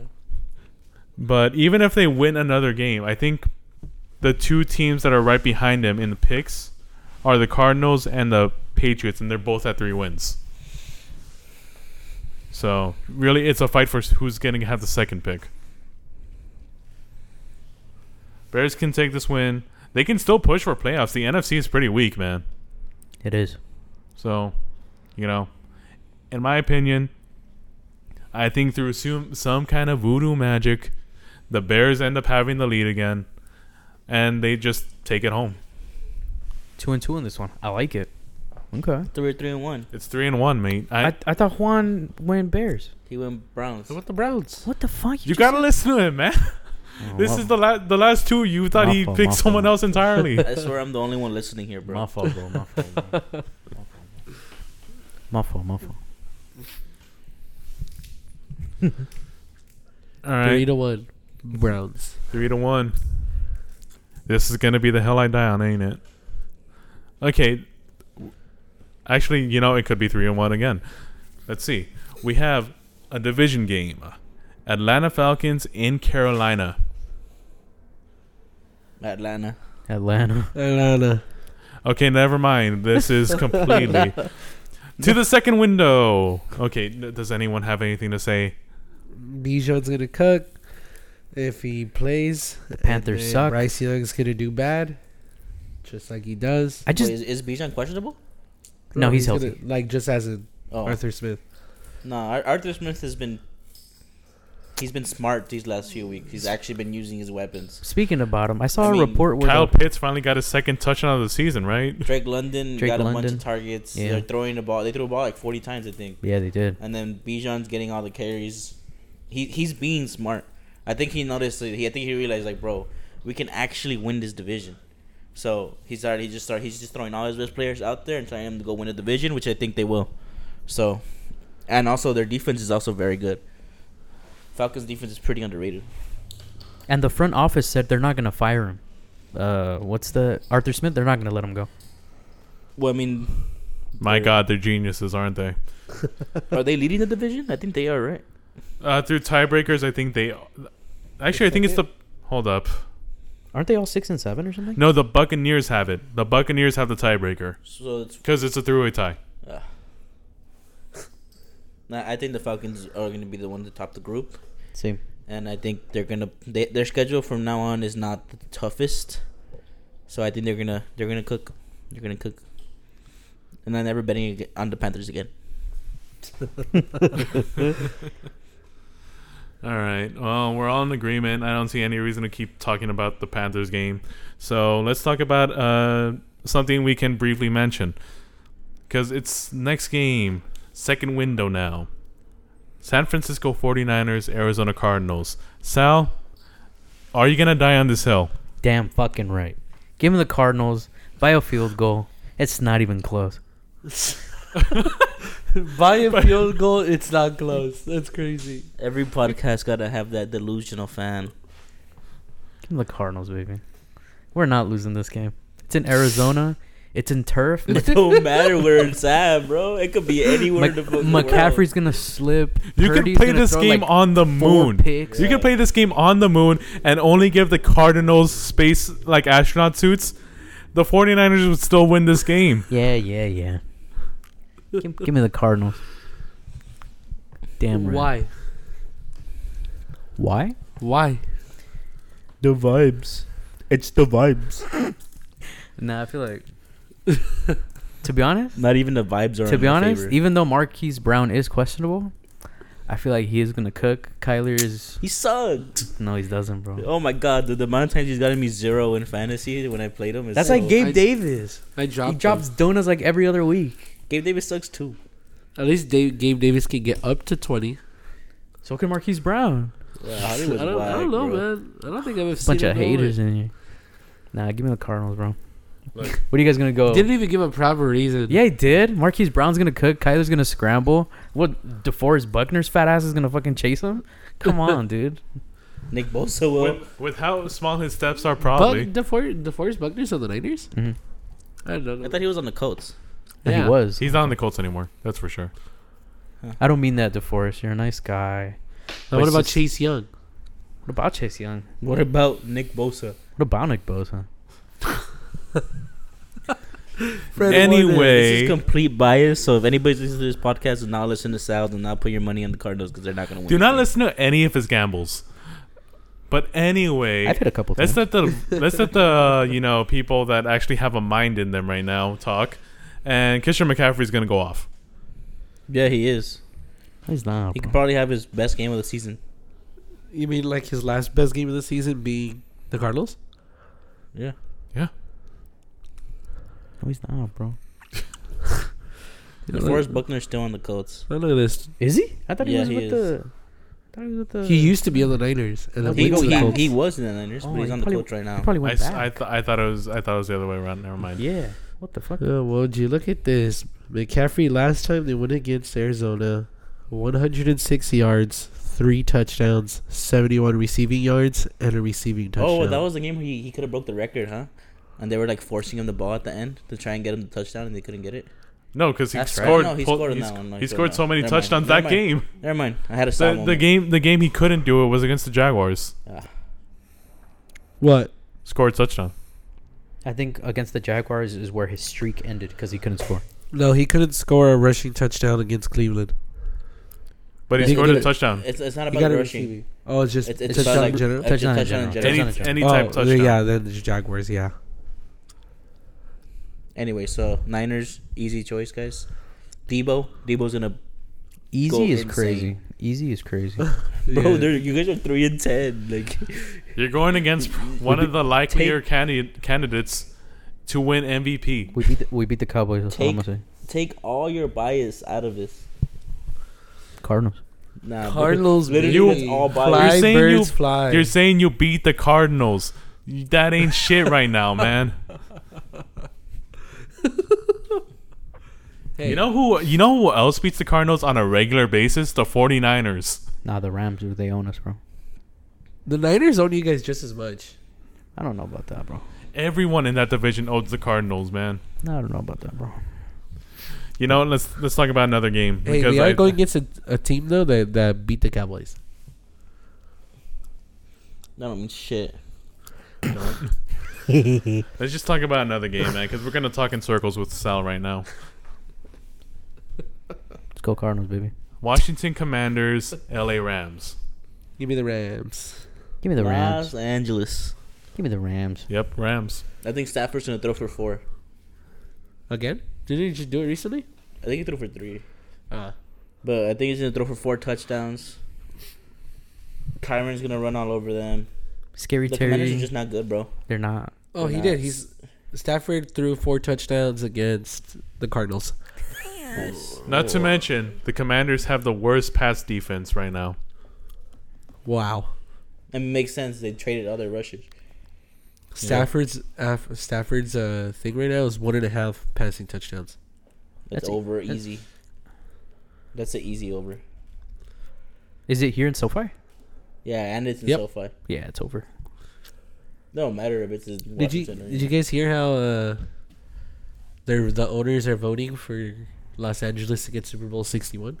but even if they win another game, I think the two teams that are right behind them in the picks are the Cardinals and the Patriots, and they're both at three wins. So really, it's a fight for s- who's going to have the second pick. Bears can take this win. They can still push for playoffs. The NFC is pretty weak, man. It is. So, you know, in my opinion, I think through some, some kind of voodoo magic, The Bears end up having the lead again, and they just take it home. Two and two in this one. I like it. Okay. Three, three, and one. It's three and one, mate. I, I, I, thought Juan went Bears. He went Browns. What the Browns? What the fuck? you just gotta said- listen to him, man. Oh, This well, is the la- the last two. You thought he My fault, picked my someone fault. else entirely. I swear I'm the only one listening here, bro. my fault, bro. My fault. bro. My fault, bro. My fault. My fault. All Three right, to one. Browns. three to one. This is gonna be the hell I die on, ain't it? Okay. Actually, you know it could be three and one again. Let's see. We have a division game: Atlanta Falcons in Carolina. Atlanta. Atlanta. Atlanta. Okay, never mind. This is completely to the second window. Okay, n- does anyone have anything to say? Bijan's gonna cook if he plays. The Panthers suck. Rice Young's gonna do bad, just like he does. I just Wait, is, is Bijan questionable? no. He's gonna- healthy. like just as a Oh Arthur Smith. no, Ar- Arthur Smith has been. He's been smart these last few weeks. He's actually been using his weapons. Speaking about him, I saw I a mean, report where Kyle the- Pitts finally got his second touchdown of the season, right? Drake London Drake got a bunch London. of targets. Yeah. They're throwing the ball. They threw the ball like 40 times, I think. yeah, they did. And then Bijan's getting all the carries. He he's being smart. I think he noticed. that He I think he realized like, bro, we can actually win this division. So he started. He just started. He's just throwing all his best players out there and trying them to go win a division, which I think they will. So, and also their defense is also very good. Falcons defense is pretty underrated. And the front office said they're not gonna fire him. Uh, what's the Arthur Smith? They're not gonna let him go. Well, I mean, My they're- God, they're geniuses, aren't they? are they leading the division? I think they are, right? Uh, through tiebreakers, I think they. Actually, I think it's the. Hold up. Aren't they all six and seven or something? No, the Buccaneers have it. The Buccaneers have the tiebreaker So it's. because it's a three-way tie. Uh, nah, I think the Falcons are going to be the one to top the group. Same. and I think they're gonna they, their schedule from now on is not the toughest. So I think they're gonna they're gonna cook, they're gonna cook, and I'm never betting ag- on the Panthers again. All right. Well, we're all in agreement. I don't see any reason to keep talking about the Panthers game. So let's talk about uh, something we can briefly mention because it's next game, second window now. San Francisco 49ers, Arizona Cardinals. Sal, are you going to die on this hill? Damn fucking right. Give him the Cardinals by a field goal. It's not even close. By a field goal, it's not close. That's crazy. Every podcast gotta have that delusional fan. Give him the Cardinals, baby. We're not losing this game. It's in Arizona. It's in turf. It don't matter where it's at, bro. It could be anywhere Mc- in the fucking McCaffrey's gonna slip. You could Purdy's play gonna this throw, game like, on the four moon. picks. You could play this game on the moon and only give the Cardinals space like astronaut suits. The 49ers would still win this game. Yeah, yeah, yeah. give, give me the Cardinals. Damn right. Why? Why? Why? The vibes. It's the vibes. Nah, I feel like. to be honest, world. Not even the vibes are. to in be my honest, favor. even though Marquise Brown is questionable, I feel like he is gonna cook. Kyler is he sucked. no, he doesn't, bro. Oh my god, dude, the amount of times he's gotten me zero in fantasy when I played him. Is That's so- like Gabe I- Davis. I He dropped. drops donuts like every other week. Gabe Davis sucks too. At least Dave, Gabe Davis can get up to twenty. So can Marquise Brown. Yeah, I Hollywood's don't, I whack, don't know, bro. man. I don't think I've ever seen Bunch of him go away. haters in here. Nah, give me the Cardinals, bro. Look. What are you guys gonna go? Didn't even give a proper reason. Yeah, he did. Marquise Brown's gonna cook. Kyler's gonna scramble. What? DeForest Buckner's fat ass is gonna fucking chase him. Come on, dude. Nick Bosa will. with, with how small his steps are, probably. Buck, DeFor- DeForest Buckner's on the Niners. Mhm. I don't know. I thought he was on the Colts. No, Mm-hmm. Yeah. He was. He's not on the Colts anymore. That's for sure. I don't mean that, DeForest. You're a nice guy. Now, what It's about just- Chase Young? What about Chase Young? What about Nick Bosa? What about Nick Bosa? This is anyway, complete bias. So if anybody's listening to this podcast, do not listen to Sal. Do not put your money on the Cardinals because they're not going to win. do not listen to any of his gambles. But anyway, I've hit a couple let's times. let the let's let the you know people that actually have a mind in them right now talk. And Kishan McCaffrey's gonna go off. Yeah, he is. He's not. He bro. could probably have his best game of the season. You mean like his last best game of the season being the Cardinals? Yeah. Yeah. No, he's not, bro. DeForest Buckner's still on the Colts. Now look at this. Is he? I thought he Yeah, was he with is. the. I thought he was with the. He used to be on the Niners, and then He, He went goes to the he, Colts. he was in the Niners, Oh, but he's he on the probably- Colts right He now. probably I, went s- back. I, th- I thought it was I thought it was the other way around. Never mind. yeah. What the fuck? Oh, well, would you look at this? McCaffrey last time they went against Arizona, 106 yards, three touchdowns, 71 receiving yards, and a receiving touchdown. Oh, that was the game where he, he could have broke the record, huh? And they were like forcing him the ball at the end to try and get him the touchdown, and they couldn't get it. No, because he That's right. scored. No, he po- scored in he that sc- one. No, he he scored scored in that so one. many Never mind. touchdowns Never that mind. game. Never mind. I had a The, stop. the game the game he couldn't do it was against the Jaguars. what? Scored touchdown. I think against the Jaguars is where his streak ended because he couldn't score. No, he couldn't score a rushing touchdown against Cleveland. But he Yeah, he scored did a it. touchdown. It's, it's not He about got the a rushing. receiving. Oh, it's just It's, it's touchdown about like in general. a Touchdown in general. Any Touchdown in general. any oh, type touchdown. yeah, then the Jaguars. Yeah, Anyway, so Niners, easy choice, guys. Debo, Debo's gonna. Easy Go is insane. crazy. Easy is crazy. Bro, Yeah. they're you guys are three and ten. Like, You're going against one of the likelier candidate candidates to win MVP. we beat the, we beat the Cowboys. That's all I'm Take- gonna say. take all your bias out of this. Cardinals. Nah, Cardinals. literally, you- that's all You're bias. fly saying birds you- fly. You're saying you beat the Cardinals. That ain't shit right now, man. Hey, You know who you know who else beats the Cardinals on a regular basis? The 49ers. Nah, the Rams. dude, They own us, bro. the Niners own you guys just as much. I don't know about that, bro. Everyone in that division owes the Cardinals, man. I don't know about that, bro. You know, let's let's talk about another game Hey, they are I- going against a, a team though that that beat the Cowboys. That don't mean shit. Let's just talk about another game, man, because we're gonna talk in circles with Sal right now. Let's go Cardinals, baby. Washington Commanders, L.A. Rams. Give me the Rams. Give me the Rams. Los Angeles. Give me the Rams. Yep, Rams. I think Stafford's gonna throw for four. Again? Didn't you just do it recently? I think he threw for three. Uh, But I think he's gonna throw for four touchdowns. Kyron's gonna run all over them. Scary The Commanders Terry. are just not good, bro. They're not. oh, he Nice. did. He's Stafford threw four touchdowns against the Cardinals. Nice. Not to mention, the Commanders have the worst pass defense right now. Wow. And it makes sense they traded other rushers. Stafford's af Stafford's uh, thing right now is one and a half passing touchdowns. That's, That's e- over that's- easy. That's an easy over. Is it here in SoFi? Yeah, and it's in Yep. SoFi. Yeah, it's over. No matter if it's in Did you Washington. or did you guys hear how uh, they're, the owners are voting for Los Angeles to get Super Bowl sixty one?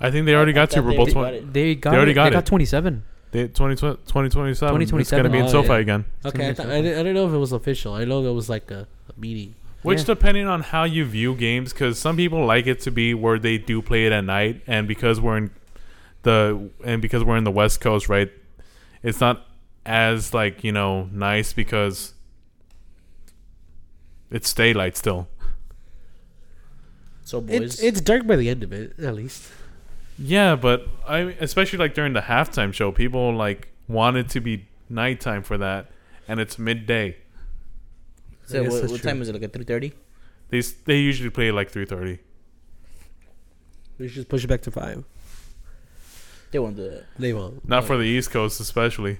I think they already I got thought Super they Bowl already got twenty. it. They got. already it. got they got it. 2027. They, 20, 2027. It's going to 2027. be in Oh, SoFi yeah. again. Okay, I, th- I, didn't, I don't know if it was official. I know it was like a, a meeting. Which, Yeah. depending on how you view games, because some people like it to be where they do play it at night, and because we're in the and because we're in the West Coast, right? It's not as like you know nice because it's daylight still. so boys. It's it's dark by the end of it, at least. Yeah, but I especially like during the halftime show, people like wanted to be nighttime for that, and it's midday. so I guess what, that's what true. time is it? Like at three thirty? They s- they usually play like three thirty. We should just push it back to five. They won't do that. They won't. Not for the East Coast, especially.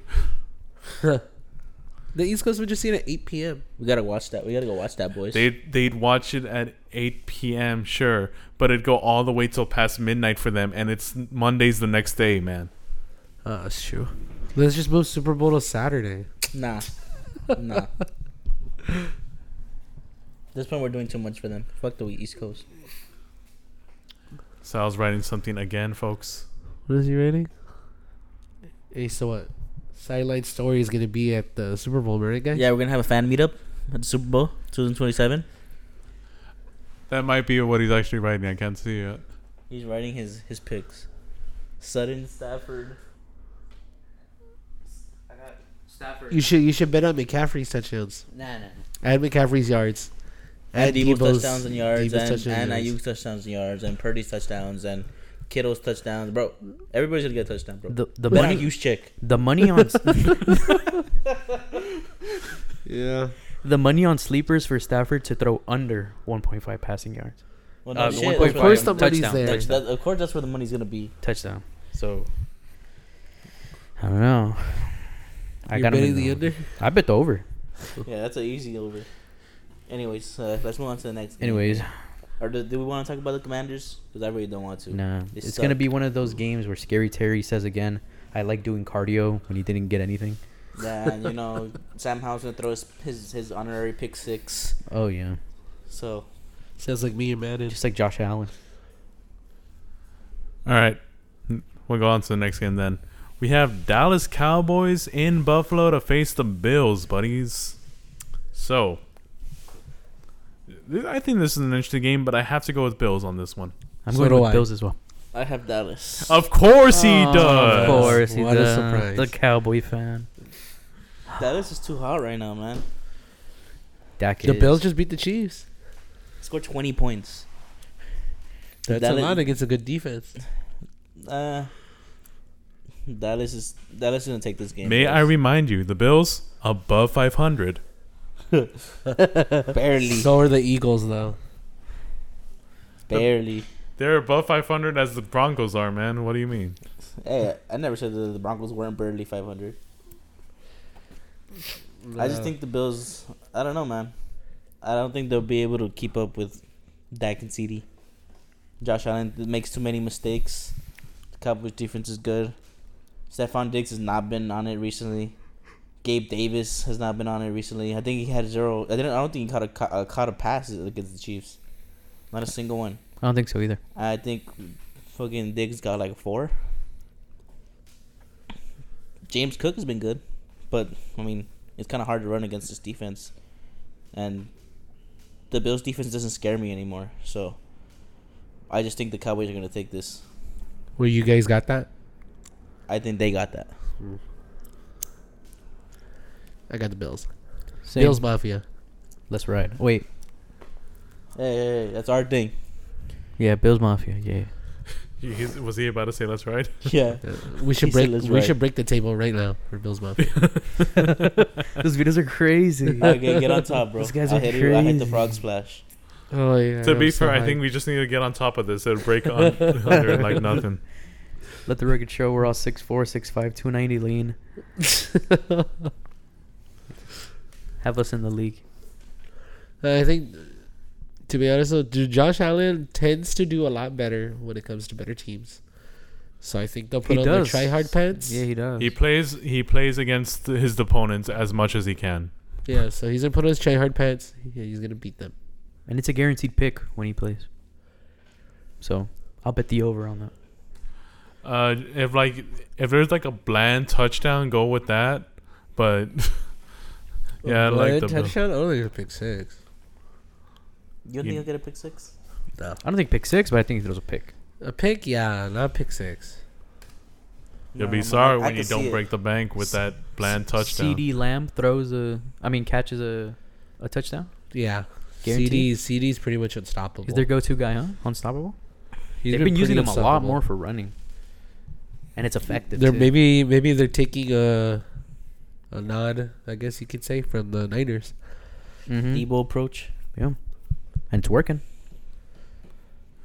The East Coast would just see it at eight p.m. We gotta watch that. We gotta go watch that, boys. They'd they'd watch it at eight p.m. Sure, but it'd go all the way till past midnight for them, and it's Monday's the next day, man. Uh, that's true. Let's just move Super Bowl to Saturday. Nah. nah. At this point, we're doing too much for them. Fuck the East Coast. Sal's writing something again, folks. What is he rating? Hey, so what? Sideline story is gonna be at the Super Bowl, right, guys? Yeah, we're gonna have a fan meetup at the Super Bowl 2027. That might be what he's actually writing. I can't see it. He's writing his his picks. Sutton, Stafford. I got Stafford. You should you should bet on McCaffrey's touchdowns Nah, nah. and McCaffrey's yards And Debo's Deebo's- touchdowns and yards, Deebo's and, touchdowns and yards. Ayuk's touchdowns and yards, and Purdy's touchdowns, and Kittle's touchdown, bro. Everybody's gonna get a touchdown, bro. The the Better money use check. the money on Yeah. the money on sleepers for Stafford to throw under 1.5 passing yards Well, Uh, Oh, no the shit, one that's point Of why- five course, the Touchdown. money's there. that's- that- of course, that's where the money's gonna be. touchdown. So I don't know. I You're got him betting in the under. I bet the over. Yeah, that's an easy over. Anyways, uh, let's move on to the next. game. Anyways, or do, do we want to talk about the Commanders? Because I really don't want to. nah. They it's gonna suck. be one of those games where Scary Terry says again, "I like doing cardio" when he didn't get anything. Then you know Sam Howell's gonna throw his, his his honorary pick six. Oh yeah, So Sounds like me and Madden. just like Josh Allen. All right. We'll go on to the next game then. We have Dallas Cowboys in Buffalo to face the Bills, buddies. So, th- I think this is an interesting game, but I have to go with Bills on this one. I'm So going do with I. Bills as well. I have Dallas. Of course he Oh, does. Of course, he What a does. surprise. The Cowboy fan. Dallas is too hot right now, man. Dak The is. Bills just beat the Chiefs. Score twenty points. That's Dallas- a lot against a good defense. Uh, Dallas is Dallas is gonna take this game. May I remind you, the Bills above 500. barely, So are the Eagles though. barely. They're above 500 as the Broncos are, man. What do you mean? Hey, I never said that the Broncos weren't barely five hundred. I just Uh, think the Bills. I don't know, man. I don't think they'll be able to keep up with Dak and CD. Josh Allen makes too many mistakes. The Cowboys defense is good. Stephon Diggs has not been on it recently. Gabe Davis has not been on it recently. I think he had zero. I didn't. I don't think he caught a ca- uh, caught a pass against the Chiefs. Not a single one. I don't think so either. I think fucking Diggs got like a four. James Cook has been good, but I mean, it's kind of hard to run against this defense, and the Bills' defense doesn't scare me anymore. So, I just think the Cowboys are gonna take this. Well, you guys got that. I think they got that. I got the Bills. Same. Bills Mafia. Let's ride. Wait. Hey, hey, hey that's our thing. Yeah, Bills Mafia. Yeah. He- he's- was he about to say that's right? Yeah. Uh, we should He break. said We let's ride. should break the table right now for Bills Mafia. Those videos are crazy. Okay, get on top, bro. These guys I are hit it- I hit the crazy. frog splash. oh yeah. to be fair, I think we just need to get on top of this. It'll break on, under like nothing. Let the record show we're all 6'4", 6'5", 290 lean. Have us in the league. I think, to be honest, though, J- Josh Allen tends to do a lot better when it comes to better teams. So I think they'll put on their try hard pants. Yeah, he does. He plays he plays against his opponents as much as he can. Yeah, so he's gonna put on his try hard pants. Yeah, he's gonna beat them. and it's a guaranteed pick when he plays. So I'll bet the over on that. Uh, if like if there's like a bland touchdown, go with that. But yeah, I like the Bills. touchdown. I don't think it's pick six. You don't You- think I'll get a pick six? No, I don't think pick six, but I think he throws a pick. a pick. Yeah, not pick six. you'll No, be man, sorry I when can you see don't it. break the bank with that bland touchdown. CD Lamb throws a, I mean catches a, a touchdown. Yeah, Guaranteed? CD CD's pretty much unstoppable. Is their go-to guy, huh? Unstoppable. He's They've been, using pretty him a lot unstoppable. more for running, and it's effective. They're too. maybe maybe they're taking a a nod, I guess you could say, from the Niners. Mhm. Debo approach. yeah, and it's working.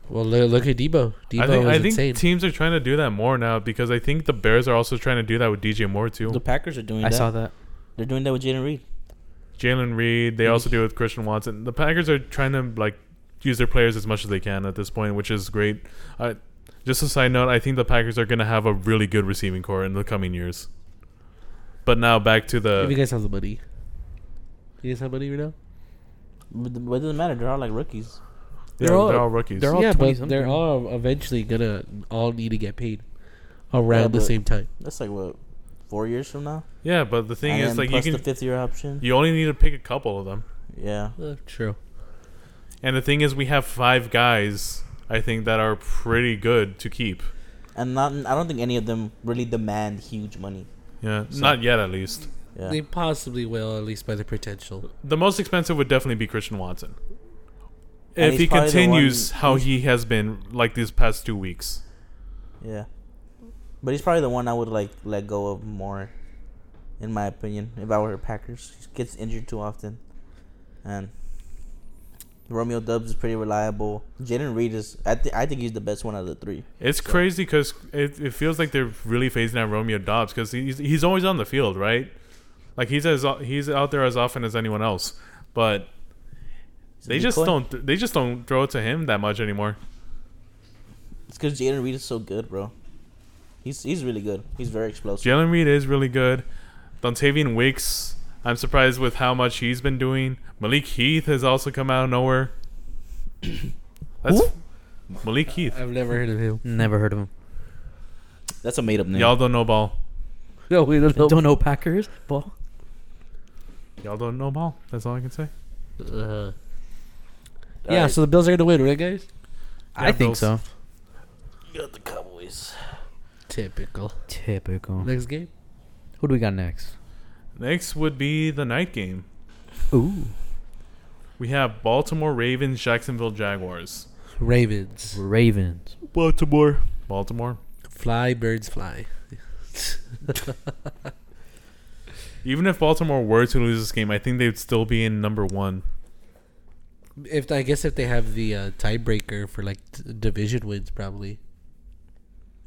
Well, look, look at Debo. Debo I think is I think insane. teams are trying to do that more now because I think the Bears are also trying to do that with DJ Moore The too. Packers are doing I that. saw that. They're doing that with Jaden Reed. Jalen Reed, Mm-hmm. they also do it with Christian Watson. The Packers are trying to like use their players as much as they can at this point, which is great. Uh, just a side note, I think the Packers are going to have a really good receiving core in the coming years. But now back to If you the guys have the money, you guys have money right now. But but it doesn't matter. They're all like rookies. they're, they're all- they're all rookies. they're all yeah, but 20-something. they're all eventually gonna all need to get paid around the but- same time. That's like what four years from now. yeah, but the thing and is, like you plus the can fifth year option. you only need to pick a couple of them. yeah, Uh, true. And the thing is, we have five guys I think that are pretty good to keep. and not I don't think any of them really demand huge money. Yeah, So- not yet at least. Yeah, They possibly will, at least by their potential. The most expensive would definitely be Christian Watson. And if he's he probably the continues one- how he's- he has been like these past two weeks. Yeah. But he's probably the one I would like let go of more, in my opinion. If I were Packers, he gets injured too often, and Romeo Dubs is pretty reliable. Jaden Reed is I think I think he's the best one out of the three. It's crazy 'cause crazy because it, it feels like they're really phasing out Romeo Dobbs because he's he's always on the field, right? Like he's as he's out there as often as anyone else, but Is it they just Decoy? don't th- they just don't throw it to him that much anymore. It's because Jaden Reed is so good, bro. He's he's really good. He's very explosive. Jalen Reed is really good. Dontavian Wicks, I'm surprised with how much he's been doing. Malik Heath has also come out of nowhere. That's Malik Heath. I've never heard of him. Never heard of him. That's a made up name. Y'all don't know ball. No, we don't know. Don't know Packers ball. Y'all don't know ball. That's all I can say. Uh, All yeah, right, so the Bills are gonna win, right, guys? Yeah, I think Bills. so. you got the Cowboys. Typical. Typical. Next game. Who do we got next? Next would be the night game. Ooh, We have Baltimore Ravens, Jacksonville Jaguars. Ravens. Ravens. Baltimore. Baltimore. Fly birds fly. Even if Baltimore were to lose this game, I think they'd still be in number one. If I guess if they have the uh, tiebreaker for like t- division wins, probably.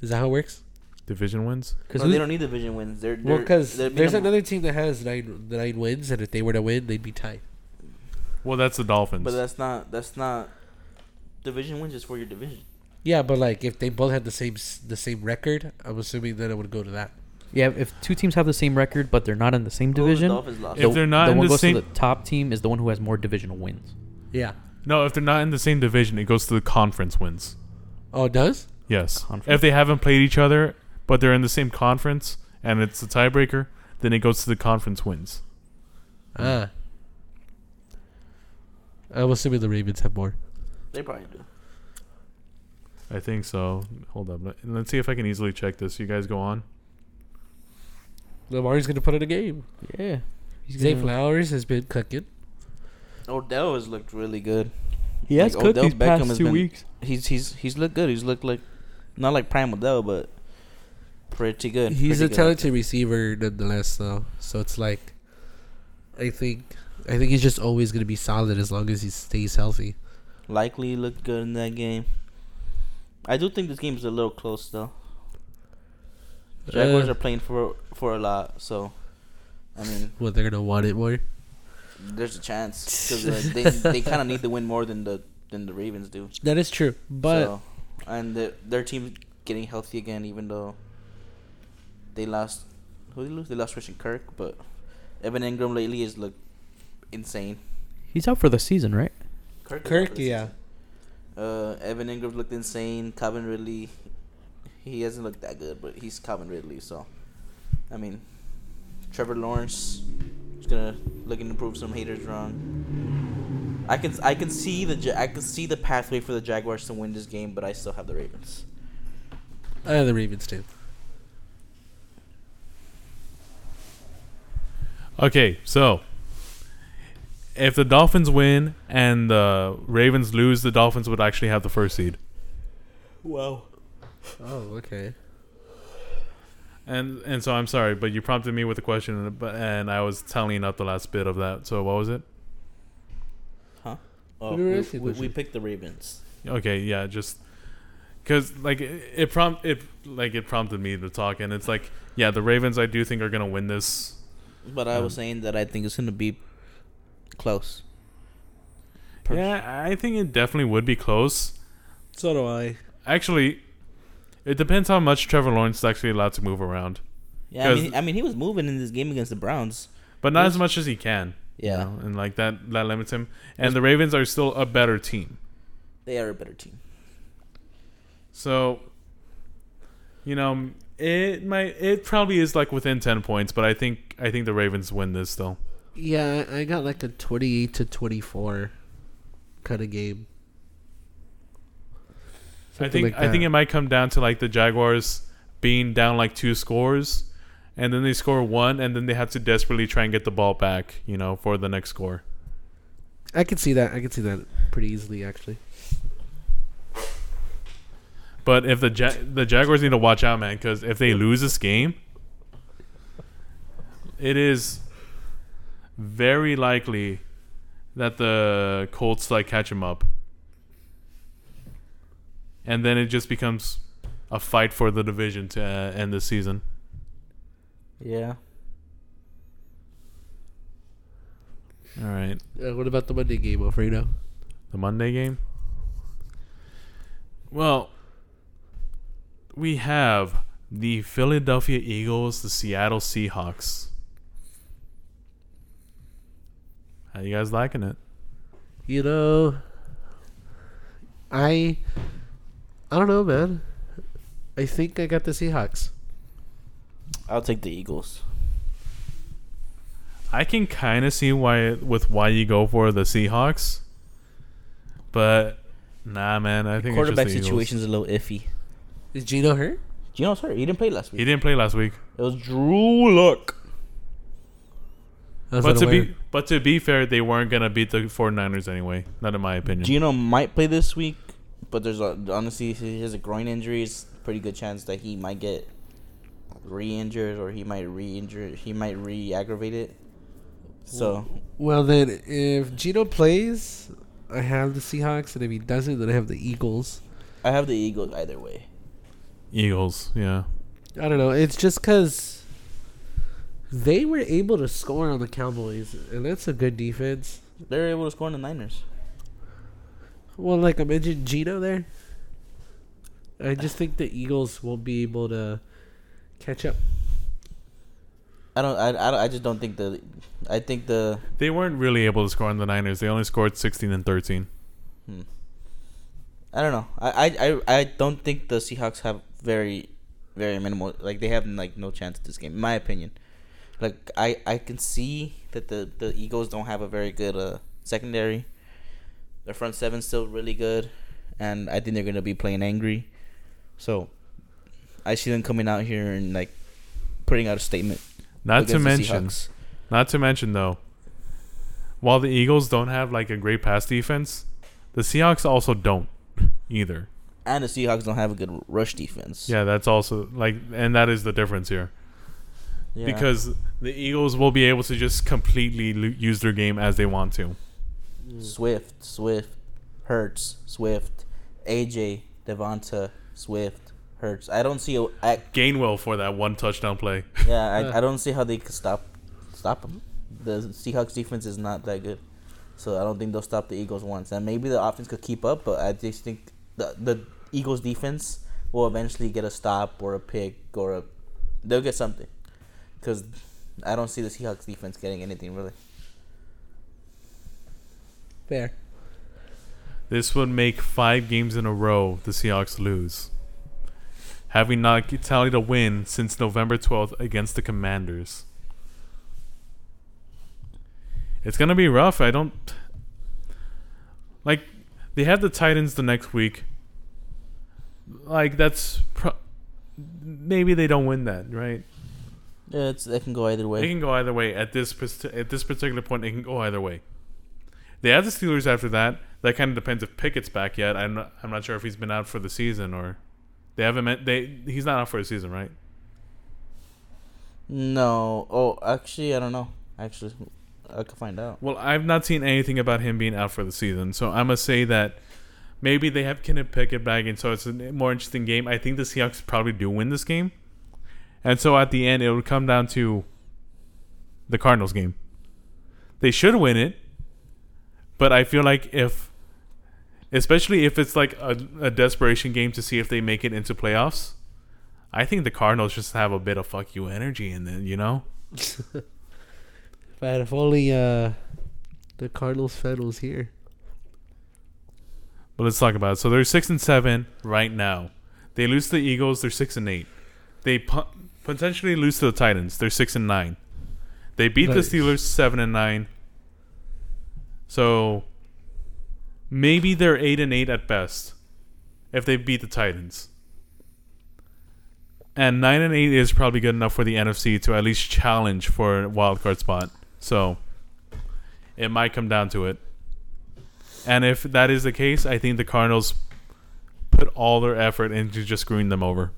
Is that how it works? Division wins. Because who- they don't need division wins. They're, Well, they're because they'd be there's number- another team that has nine nine wins, and if they were to win, they'd be tied. Well, that's the Dolphins. But that's not that's not division wins is for your division. Yeah, but like if they both had the same s- the same record, I'm assuming then it would go to that. Yeah, if two teams have the same record but they're not in the same Who division, The Dolphins lost. If they're not the in one the goes same- to the top team is the one who has more divisional wins. Yeah. no, if they're not in the same division, it goes to the conference wins. Oh, it does? Yes. Conference. If they haven't played each other, but they're in the same conference and it's a tiebreaker, then it goes to the conference wins. Ah. I'm assuming the Ravens have more. They probably do. I think so. Hold up. Let- Let's see if I can easily check this. You guys go on. Lamar's gonna put in a game. Yeah, he's Zay gonna- Flowers has been cooking. Odell has looked really good. He has has Like, cooked cooked Odell these these Beckham past past has two two been- weeks. He's he's he's looked good. He's looked like not like prime Odell, but pretty good. He's pretty a good. talented receiver nonetheless, though. So it's like, I think, I think he's just always gonna be solid as long as he stays healthy. Likely looked good in that game. I do think this game is a little close though. Jaguars Uh. are playing for for a lot, so I mean, Well, they're gonna want it more. there's a chance because uh, they they kind of need to win more than the than the Ravens do. That is true, but so, and the, their team's getting healthy again, even though they lost. Who did they lose? They lost Christian Kirk, but Evan Ingram lately has looked insane. He's out for the season, right? Kirk, is out for Kirk, the yeah, season. Uh, Evan Ingram looked insane. Calvin Ridley, he hasn't looked that good, but he's Calvin Ridley, so I mean, Trevor Lawrence is gonna looking to prove some haters wrong. I can I can see the Ja- I can see the pathway for the Jaguars to win this game, but I still have the Ravens. uh, the Ravens do. Okay, so if the Dolphins win and the Ravens lose, the Dolphins would actually have the first seed. Wow. Oh, okay. And and so I'm sorry, but you prompted me with a question, and- but and I was tallying up the last bit of that. So what was it? Oh, We were we, asking we- questions. we picked the Ravens. Okay, yeah, just because like it, it prompt it like it prompted me to talk, and it's like yeah, the Ravens I do think are gonna win this. But I was saying that I think it's going to be close. Yeah, I think it definitely would be close. So do I. Actually, it depends how much Trevor Lawrence is actually allowed to move around, Yeah, I mean, 'Cause- I mean, he was moving in this game against the Browns. but not Yes. as much as he can. you Yeah. know, and like that that limits him. And the Ravens are still a better team, They are a better team. so you know it might it probably is like within ten points, but I think I think the Ravens win this though. Yeah, I I got like a twenty-eight to twenty-four kind of game. I Something think like I think that. it might come down to like the Jaguars being down like two scores, and then they score one, and then they have to desperately try and get the ball back, you know, for the next score. I could see that. I could see that pretty easily, actually. But if the ja- the Jaguars need to watch out, man, because if they lose this game, it is very likely that the Colts like catch them up, and then it just becomes a fight for the division to uh, end the season. Yeah. All right, Uh, what about the Monday game, Alfredo? the Monday game. Well, we have the Philadelphia Eagles, the Seattle Seahawks. How you guys liking it? You know, I, I don't know, man. I think I got the Seahawks. I'll take the Eagles. I can kind of see why with why you go for the Seahawks, but nah, man. I think Quarterback it's just the situations. situation's a little iffy. Is Gino hurt? You know, sorry, he didn't play last He week. didn't play last week, It was Drew Luck. I was but to unaware. be but to be fair, they weren't gonna beat the 49ers anyway. Not in my opinion. Gino might play this week, but there's a, honestly he has a groin injury. It's a pretty good chance that he might get re-injured or he might re-injure. He might re-aggravate it. So Well, then, if Gino plays, I have the Seahawks, and if he doesn't, then I have the Eagles. I have the Eagles either way. Eagles, yeah. I don't know. It's just because they were able to score on the Cowboys, and that's a good defense. They're able to score on the Niners. Well, like I mentioned, Gino there. I just think the Eagles will be able to catch up. I don't. I. I, don't- I just don't think the. I think the. They weren't really able to score on the Niners. They only scored 16 and 13. Hmm. I don't know. I, I, I, I don't think the Seahawks have very very minimal like they have like no chance at this game in my opinion. Like I, I can see that the, the Eagles don't have a very good uh, secondary. Their front seven's still really good and I think they're gonna be playing angry. So I see them coming out here and like putting out a statement. Not to against the mention, Seahawks. not to mention though, while the Eagles don't have like a great pass defense, the Seahawks also don't either. and the Seahawks don't have a good rush defense. Yeah, that's also like, and that is the difference here. Yeah. because the Eagles will be able to just completely lo- use their game as they want to. Swift, Swift, Hurts, Swift, AJ, Devonta, Swift, Hurts. I don't see a. I, Gainwell for that one touchdown play. yeah, I, I don't see how they could stop stop them. The Seahawks defense is not that good, so I don't think they'll stop the Eagles once. And maybe the offense could keep up, but I just think the the Eagles defense will eventually get a stop or a pick or a they'll get something because I don't see the Seahawks defense getting anything really. Fair. This would make five games in a row the Seahawks lose, having not g- tallied a win since November 12th against the Commanders. It's going to be rough. I don't. Like, they have the Titans the next week. Like, that's. Pro- maybe they don't win that, right? Yeah, it's, it can go either It way. can go either way at this pers- at this particular point. It can go either way. They have the Steelers after that. That kind of depends if Pickett's back yet. I'm not, I'm not sure if he's been out for the season or they haven't met. They he's not out for the season, right? No. Oh, actually, I don't know. Actually, I could find out. Well, I've not seen anything about him being out for the season, so I must say that maybe they have Kenneth Pickett back, and so it's a more interesting game. I think the Seahawks probably do win this game, and so at the end it would come down to the Cardinals game. They should win it, but I feel like if, especially if it's like a, a desperation game to see if they make it into playoffs, I think the Cardinals just have a bit of fuck you energy in them, you know. But if only uh, the Cardinals fan was here. But let's talk about it. So they're six and seven right now. They lose to the Eagles. They're six and eight. They po- potentially lose to the Titans. They're six and nine. They beat Nice. the Steelers seven and nine. So maybe they're eight and eight at best if they beat the Titans. And nine and eight is probably good enough for the NFC to at least challenge for a wild card spot. So it might come down to it. And if that is the case, I think the Cardinals put all their effort into just screwing them over.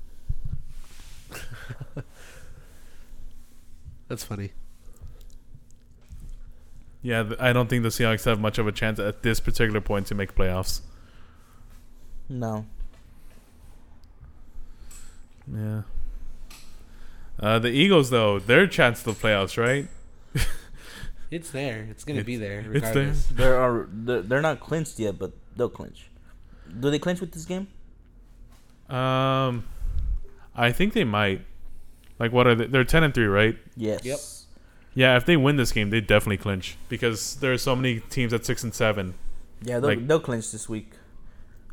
That's funny. Yeah, th- I don't think the Seahawks have much of a chance at this particular point to make playoffs. No. Yeah. Uh, the Eagles, though, their chance to playoffs, right? It's there. It's gonna be there. It's there. Regardless. There are they're, they're not clinched yet, but they'll clinch. Do they clinch with this game? Um, I think they might. Like, what are they? They're ten and three, right? Yes. Yep. Yeah, if they win this game, they definitely clinch because there are so many teams at six and seven. Yeah, they'll, Like- they'll clinch this week.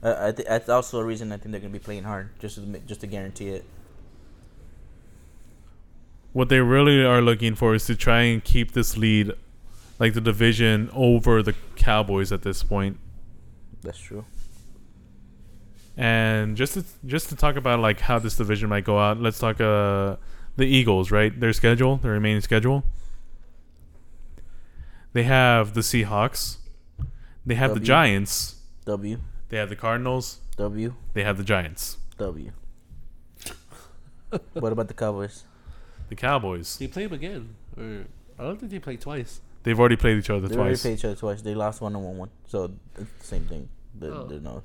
Uh, I th- that's also a reason I think they're gonna be playing hard, just to, ma- just to guarantee it. What they really are looking for is to try and keep this lead, like the division, over the Cowboys at this point. That's true. And just to, just to talk about like how this division might go out, let's talk uh the Eagles, right? Their schedule, their remaining schedule. They have the Seahawks. They have the W. Giants. W They have the Cardinals. W They have the Giants. W. what about the Cowboys? The Cowboys. They play him again. Or I don't think they played twice. They've already played each other They already twice. played each other twice. They lost one and one one, so it's the same thing. They're, Oh. they're no.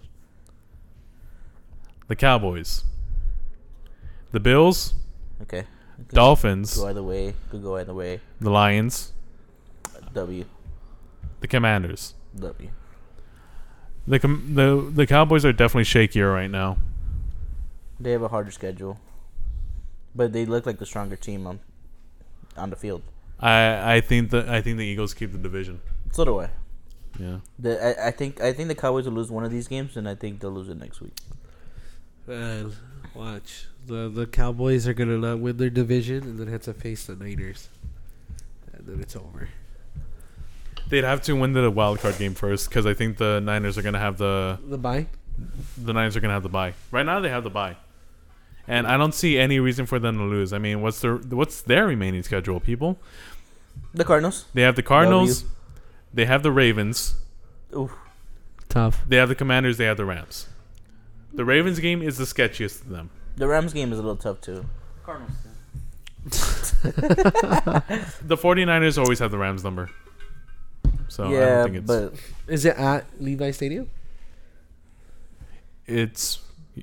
The Cowboys. The Bills. Okay. Dolphins. Go either way. Could go either way. The Lions. W The Commanders. W. The com- the the Cowboys are definitely shakier right now. They have a harder schedule, but they look like the stronger team on on the field. I I think the I think the Eagles keep the division. So do I. Yeah. The, I, I think I think the Cowboys will lose one of these games, and I think they'll lose it next week. Man, watch. The the Cowboys are gonna not win their division and then have to face the Niners. And then it's over. They'd have to win the wild card game first because I think the Niners are gonna have the The bye? the Niners are gonna have the bye. Right now they have the bye, and I don't see any reason for them to lose. I mean, what's their what's their remaining schedule, people? The Cardinals. They have the Cardinals, they have the Ravens, Oof. Tough. they have the Commanders, they have the Rams. The Ravens game is the sketchiest of them. The Rams game is a little tough too. Cardinals. The 49ers always have the Rams number. So I yeah, don't think it's but Is it at Levi Stadium? it's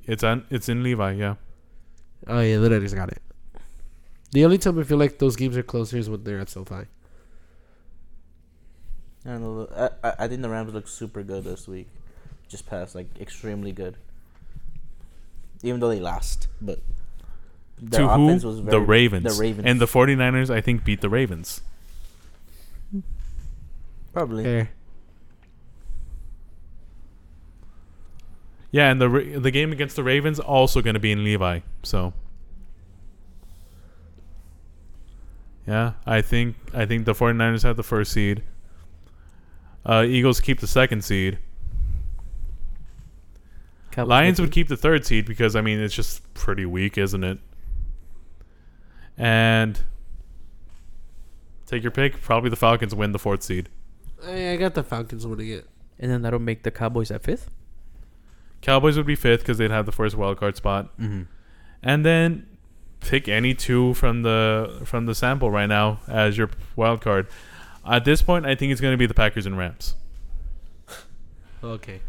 it's on it's in Levi, yeah. Oh yeah, the Niners got it. The only time I feel like those games are closer is when they're at SoFi. I don't know. I- I, I think the Rams look super good this week. Just passed like extremely good. Even though they lost, but their to who? offense was very the Ravens. The Ravens And the 49ers I think beat the Ravens. probably There. Yeah, and the Ra- the game against the Ravens also going to be in Levi. So Yeah, I think I think the 49ers have the first seed. Uh, Eagles keep the second seed. Cowboys Lions get would beat. keep the third seed because I mean it's just pretty weak, isn't it? And take your pick. Probably the Falcons win the fourth seed. I, I got the Falcons winning it. and then that'll make the Cowboys at fifth. Cowboys would be fifth because they'd have the first wild card spot, Mm-hmm. and then pick any two from the from the sample right now as your wild card. At this point, I think it's going to be the Packers and Rams. Okay.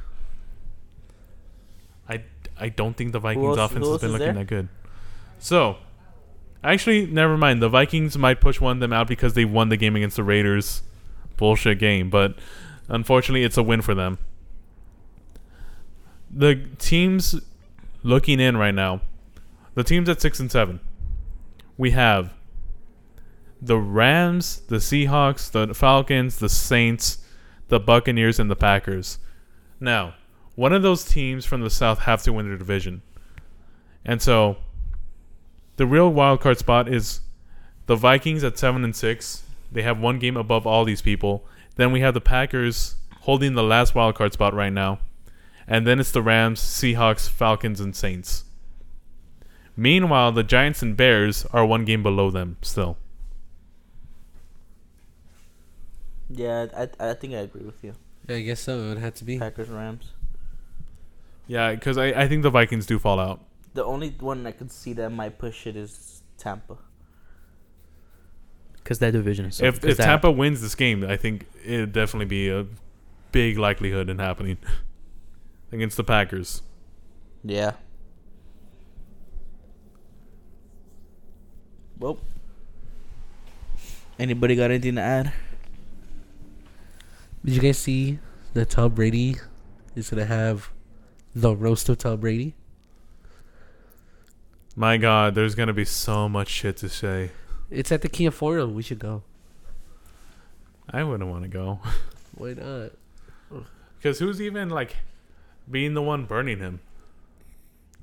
I, I don't think the Vikings else- offense who has else been is looking there? that good. So, actually, never mind. The Vikings might push one of them out because they won the game against the Raiders. Bullshit game, but unfortunately, it's a win for them. The teams looking in right now, the teams at six and seven, we have the Rams, the Seahawks, the Falcons, the Saints, the Buccaneers, and the Packers. Now, one of those teams from the South have to win their division. And so the real wild card spot is the Vikings at 7 and 6. They have one game above all these people. Then we have the Packers holding the last wild card spot right now. And then it's the Rams, Seahawks, Falcons and Saints. Meanwhile, the Giants and Bears are one game below them still. yeah I, I think I agree with you I guess so. It would have to be. Packers Rams Yeah, because I, I think the Vikings do fall out. The only one I could see that might push it is Tampa. because that division is so. if 'cause if that- Tampa wins this game, I think it'd definitely be a big likelihood in happening against the Packers. Yeah. Well, anybody got anything to add? Did you guys see that Tom Brady is gonna have the roast of Tom Brady? My God, there's gonna be so much shit to say. It's at the Kia Forum. We should go. I wouldn't want to go Why not? because who's even like being the one burning him?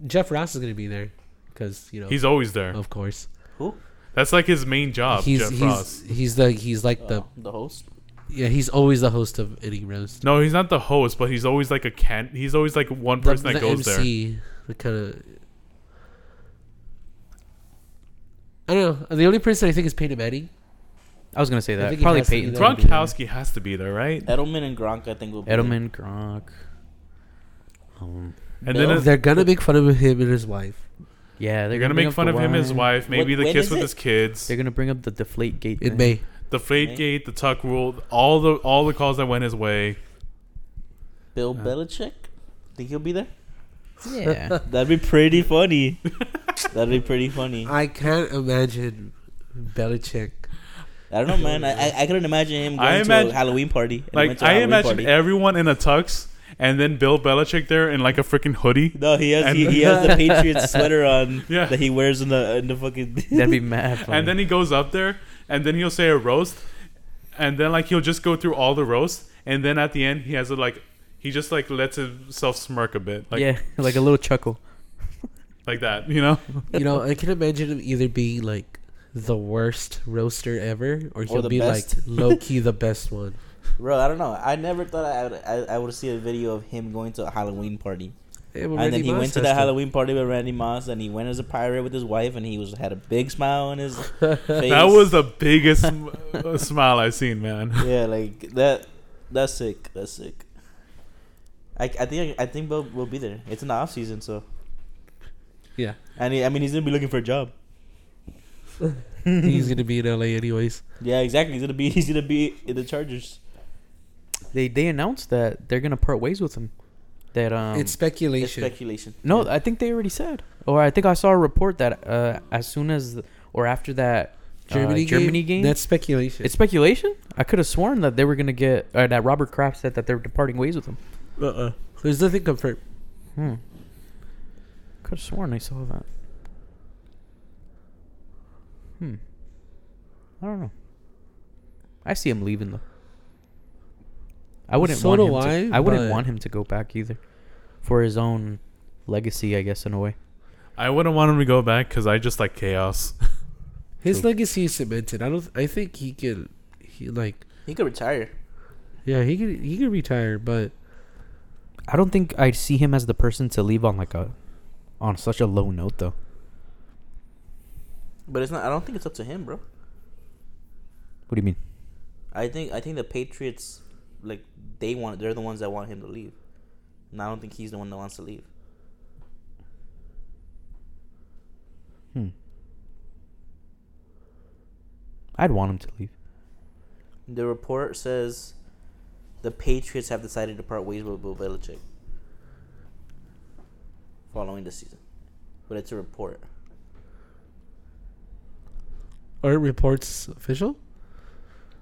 Jeff Ross is gonna be there because you know, He's always there. of course, Who? That's like his main job. Oh. he's Jeff he's Ross. he's the he's like the Oh, the host. yeah he's always the host of any roast. No, he's not the host, but he's always like a can. He's always like one person the, that the goes there. MC, the kind of. I don't know. The only person I think is Peyton Manning. I was gonna say that think it probably has to be Peyton that. would be there. Gronkowski has to be there, right? Edelman and Gronk, I think, will be there. Edelman, Gronk. Um, And Bill? then They're gonna make fun of him and his wife yeah, They're gonna make fun of him and his wife. Maybe When- the when kiss is with it? his kids, They're gonna bring up the deflate gate. in May. the freight gate, the tuck rule, all the all the calls that went his way. Bill Belichick? Think he'll be there? Yeah. That'd be pretty funny. That'd be pretty funny. I I can't imagine Belichick. don't know, man. I, I, I couldn't imagine him going I to imagine- a Halloween party. and he went Like to a I Halloween imagine party. everyone in a tux, and then Bill Belichick there in like a freaking hoodie. No, he has he, and- he has the Patriots sweater on Yeah. that he wears in the in the fucking. That'd be mad. Funny. And then he goes up there, and then he'll say a roast, and then like he'll just go through all the roasts, and then at the end he has a like he just like lets himself smirk a bit, like yeah, like a little chuckle. like that, you know? You know, I can imagine him either being like the worst roaster ever, or he'll the be best. like low key the best one. Bro, I don't know. I never thought I would, I, I would see a video of him going to a Halloween party. Yeah, but and Randy then he Moss went to has that Halloween party with Randy Moss, and he went as a pirate with his wife, and he was had a big smile on his face. That was the biggest sm- uh, smile I've seen, man. yeah, like that. That's sick. That's sick. I, I think I think we'll, we'll be there. It's in the off season, so Yeah, and he, I mean he's gonna be looking for a job. he's gonna be in LA anyways. Yeah, exactly. He's gonna be he's gonna be in the Chargers. They they announced that they're gonna part ways with him. That um, it's It's speculation. speculation. No, I think they already said, or I think I saw a report that uh, as soon as the- or after that uh, Germany, game, Germany game, That's speculation. it's speculation. I could have sworn that they were gonna get uh, that Robert Kraft said that they were departing ways with him. uh-uh. There's nothing confirmed. Hmm. Could have sworn I saw that. Hmm. I don't know. I see him leaving though. I wouldn't So want do him to, I, I wouldn't but- want him to go back either, for his own legacy, I guess, in a way. I wouldn't want him to go back because I just like chaos. His legacy is cemented. I don't. I think he can. He like. He could retire. Yeah, he could. He could retire, but I don't think I see him as the person to leave on like a, on such a low note though. But it's not. I don't think it's up to him, bro. What do you mean? I think I think the Patriots, like they want, they're the ones that want him to leave, and I don't think he's the one that wants to leave. Hmm. I'd want him to leave. The report says the Patriots have decided to part ways with Bill Belichick following the season, but it's a report. aren't reports official?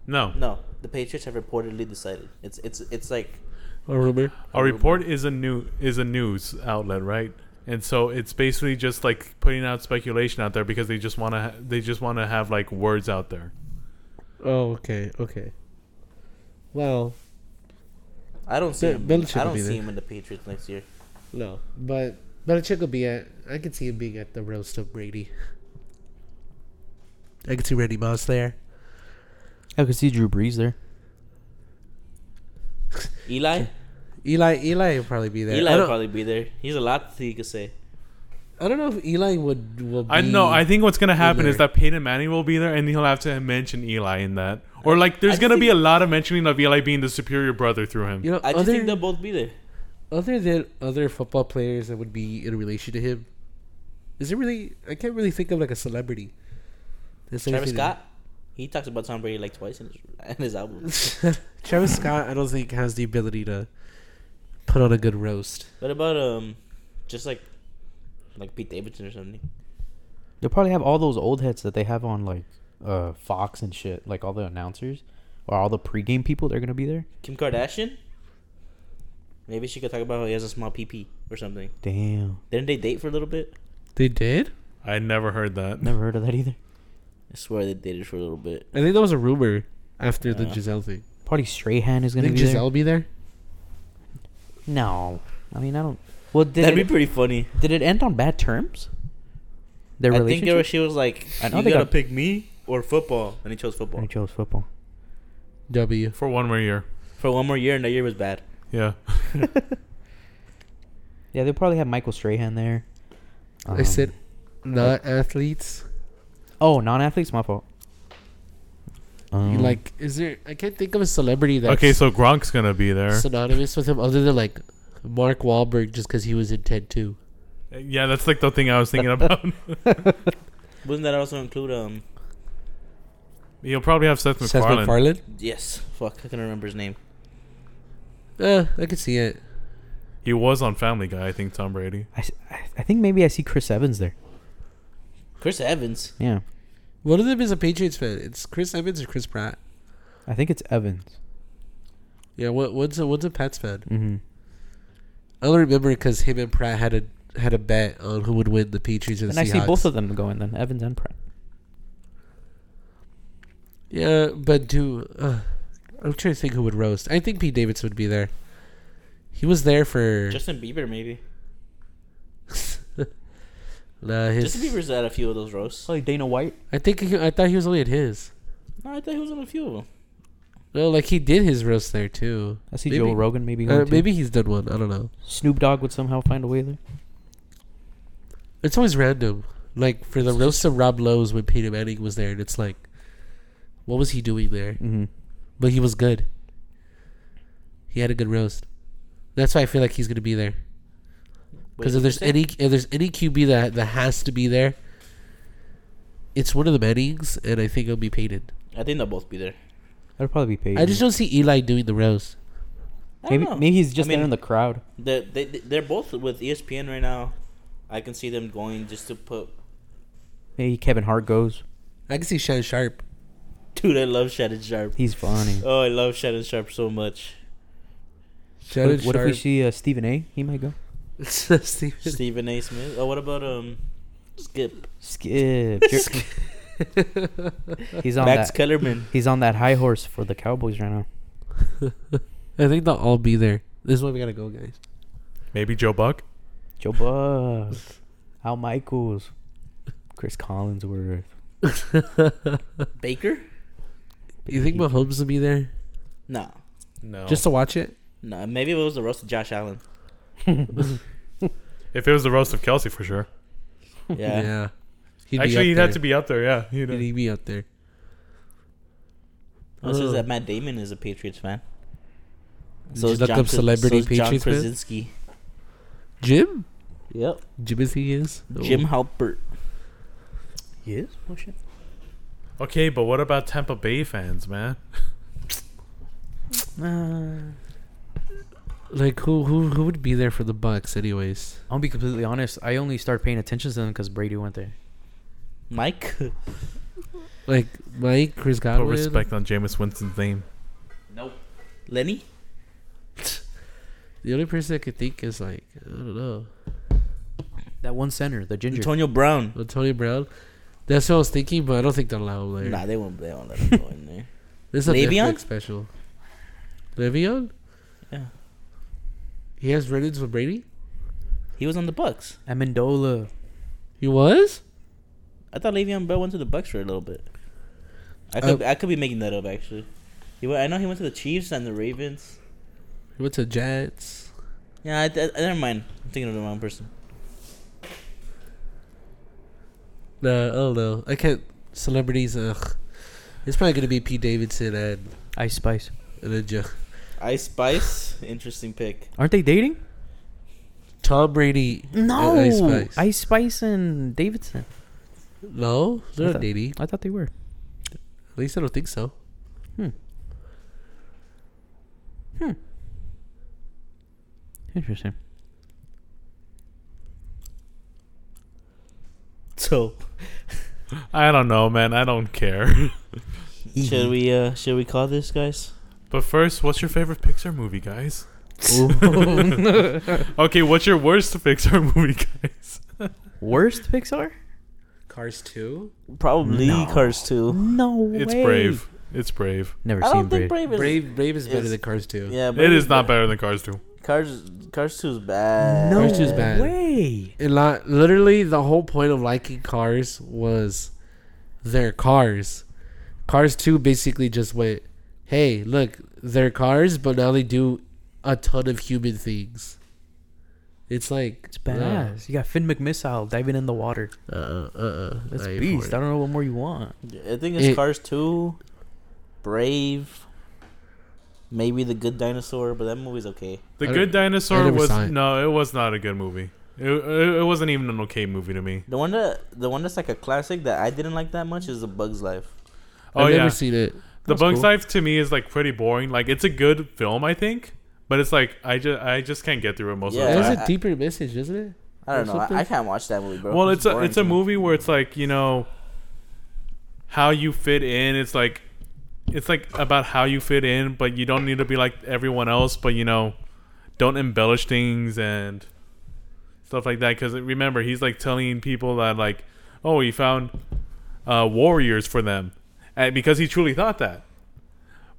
No. No, the Patriots have reportedly decided. It's it's it's like Or rumor? A report is a new is a news outlet, right? And so it's basically just like putting out speculation out there because they just want to ha- they just want to have like words out there. Oh, okay, okay. Well, I don't see Be- him. Belichick I will don't be see there. him in the Patriots next year. no, but Belichick will be at. I can see him being at the roast of Brady. I can see Randy Moss there. I could see Oh, Drew Brees there. Eli, Eli, Eli will probably be there. I Eli will don't, probably be there. He's a lot he could say. I don't know if Eli would will. Be I know. I think what's gonna happen is there. that Peyton Manning will be there, and he'll have to mention Eli in that, or like there's I gonna be a think- lot of mentioning of Eli being the superior brother through him. You know, I just other think they'll both be there. other than other football players that would be in relation to him, is it really? I can't really think of like a celebrity. That's Travis anything that- Scott, he talks about Tom Brady like twice in his, in his album. Travis Scott, I don't think has the ability to put on a good roast. What about um, just like, like Pete Davidson or something? They'll probably have all those old heads that they have on like uh, Fox and shit, like all the announcers or all the pregame people. They're gonna be there. Kim Kardashian? Maybe she could talk about how he has a small PP or something. Damn, Didn't they date for a little bit? They did. I never heard that. never heard of that either. I swear they dated for a little bit. I think that was a rumor after the Yeah. Giselle thing. Probably Strahan is gonna think be Giselle be there? there. No, I mean I don't. Well, did That'd be it, pretty funny. did it end on bad terms? Their I think relationship. it was, she was like, I know "You they gotta got- pick me or football," and he chose football I chose football. W. For one more year. for one more year, and that year was bad. Yeah. Yeah, they'll probably have Michael Strahan there. I Um, said, not athletes. Oh, non-athletes, my fault. You Um, like, is there? I can't think of a celebrity that's okay, so Gronk's gonna be there. synonymous with him other than like Mark Wahlberg, just because he was in Ted Two. yeah, that's like the thing I was thinking about. Wouldn't that also include um? You'll probably have Seth MacFarlane. Yes, fuck, I can remember his name. Yeah, Eh, I could see it. He was on Family Guy, I think. Tom Brady. I, s- I- I think maybe I see Chris Evans there. Chris Evans. Yeah, One of them is a Patriots fan. It's Chris Evans or Chris Pratt. I think it's Evans. Yeah, what, what's a what's a Pats fan? Mm-hmm. I only remember because him and Pratt had a had a bet on who would win the Patriots and, And the I Seahawks. see both of them going then, Evans and Pratt. Yeah, but do uh, I'm trying to think who would roast. I think Pete Davidson would be there. He was there for Justin Bieber, maybe. nah, his. Justin Bieber's at a few of those roasts. Oh, Like Dana White. I think he, I thought he was only at his. No, I thought he was on a few of them. No, like he did his roast there too. I see Maybe. Joe Rogan maybe. Uh, going too. maybe he's done one. I don't know. Snoop Dogg would somehow find a way there. It's always random. Like for the roast of Rob Lowe's when Peter Manning was there, and it's like, what was he doing there? Mm-hmm. But he was good. He had a good roast. That's why I feel like he's gonna be there. Wait, Because if did you there's say- any if there's any QB that that has to be there, it's one of the Mannings, and I think it'll be Peyton. I think they'll both be there. That'd probably be Peyton. I just don't see Eli doing the roast. I don't maybe know. maybe he's just I mean, there in the crowd. They're, they they- they're both with E ESPN right now. I can see them going just to put. Maybe Kevin Hart goes. I can see Shannon Sharp. Dude, I love Shannon Sharp. He's funny. Oh, I love Shannon Sharp so much. What, Shannon if- what if we see uh, Stephen A? He might go. Sharp. Steven- Stephen A. Smith. Oh, what about um, Skip Skip. he's on Max that. Kellerman? He's on that high horse for the Cowboys right now. I think they'll all be there. This is why we gotta go, guys. Maybe Joe Buck. Joe Buck, Al Michaels, Chris Collinsworth. Baker? You think Mahomes will be there No, No. just to watch it? no. Maybe it was the roast of Josh Allen. if it was the roast of Kelsey, for sure. Yeah. He'd Actually, he'd there. have to be up there. Yeah. He'd, He'd be up there. Oh, it says Oh. that Matt Damon is a Patriots fan. Did you look up celebrity Patriots John fan? Krasinski. Jim? Yep. Jim is he is? Jim Halpert. Yes. Oh shit. okay, but what about Tampa Bay fans, man? Uh, Like who who who would be there for the Bucks anyways? I'll be completely honest. I only started paying attention to them because Brady went there. Mike. Like Mike, Chris Put Godwin. respect on Jameis Winston's name. Lenny. The only person I could think is like I don't know That one center, the ginger. Antonio Brown. Antonio Brown. That's what I was thinking, but I don't think they'll allow him there. Nah, they won't. They won't let him go in there. This is a Le'Veon? Netflix special. Le'Veon? Yeah. He has run-ins with Brady. He was on the Bucks. Amendola. He was. I thought Le'Veon Bell went to the Bucks for a little bit. I Uh, could. I could be making that up actually. He went, I know he went to the Chiefs and the Ravens. He went to Jets. Yeah, I, I, never mind. I'm thinking of the wrong person. Nah, I don't know. I can't. Celebrities, ugh. It's probably gonna be Pete Davidson and Ice Spice. and then Joe. Ice Spice. Interesting pick. Aren't they dating? Tom Brady. and No, Uh, Ice Spice. Ice Spice and Davidson. no, they're not dating. I thought they were. At least I don't think so. Interesting. So I don't know, man. I don't care. should we uh should we call this guys? but first, what's your favorite Pixar movie, guys? Ooh. Okay, what's your worst Pixar movie, guys? Worst Pixar? Cars two. Probably No. Cars Two. No It's way. Brave. It's Brave. Never I seen don't think Brave. Brave is Brave, Brave is better Is- than Cars two. Yeah, It is not bad. better than Cars 2. Cars Cars Two is bad. No Cars 2 is bad. way. It li- literally the whole point of liking Cars was their cars. Cars two basically just went, hey, look, they're cars, but now they do a ton of human things. It's like It's badass. You got Finn McMissile diving in the water. Uh, uh, uh, uh, That's I ain't for beast. it. I don't know what more you want. I think it's It- Cars Two, Brave, maybe The Good Dinosaur, but that movie's okay. The I Good I Dinosaur never was saw it. no, it was not a good movie. It, it, it wasn't even an okay movie to me. The one that the one that's like a classic that I didn't like that much is The Bug's Life. Oh I've yeah, never seen it. The That's Bug's cool. Life to me is like pretty boring. Like it's a good film, I think, but it's like I just I just can't get through it most Yeah, of the time. There's I- a deeper message, isn't it? I don't Or know. I, something? I can't watch that movie, bro. well, it's a boring it's a to me. movie where it's like you know how you fit in. It's like it's like about how you fit in, but you don't need to be like everyone else. But you know, don't embellish things and stuff like that. Because remember, he's like telling people that like, oh, he found uh, warriors for them, and because he truly thought that.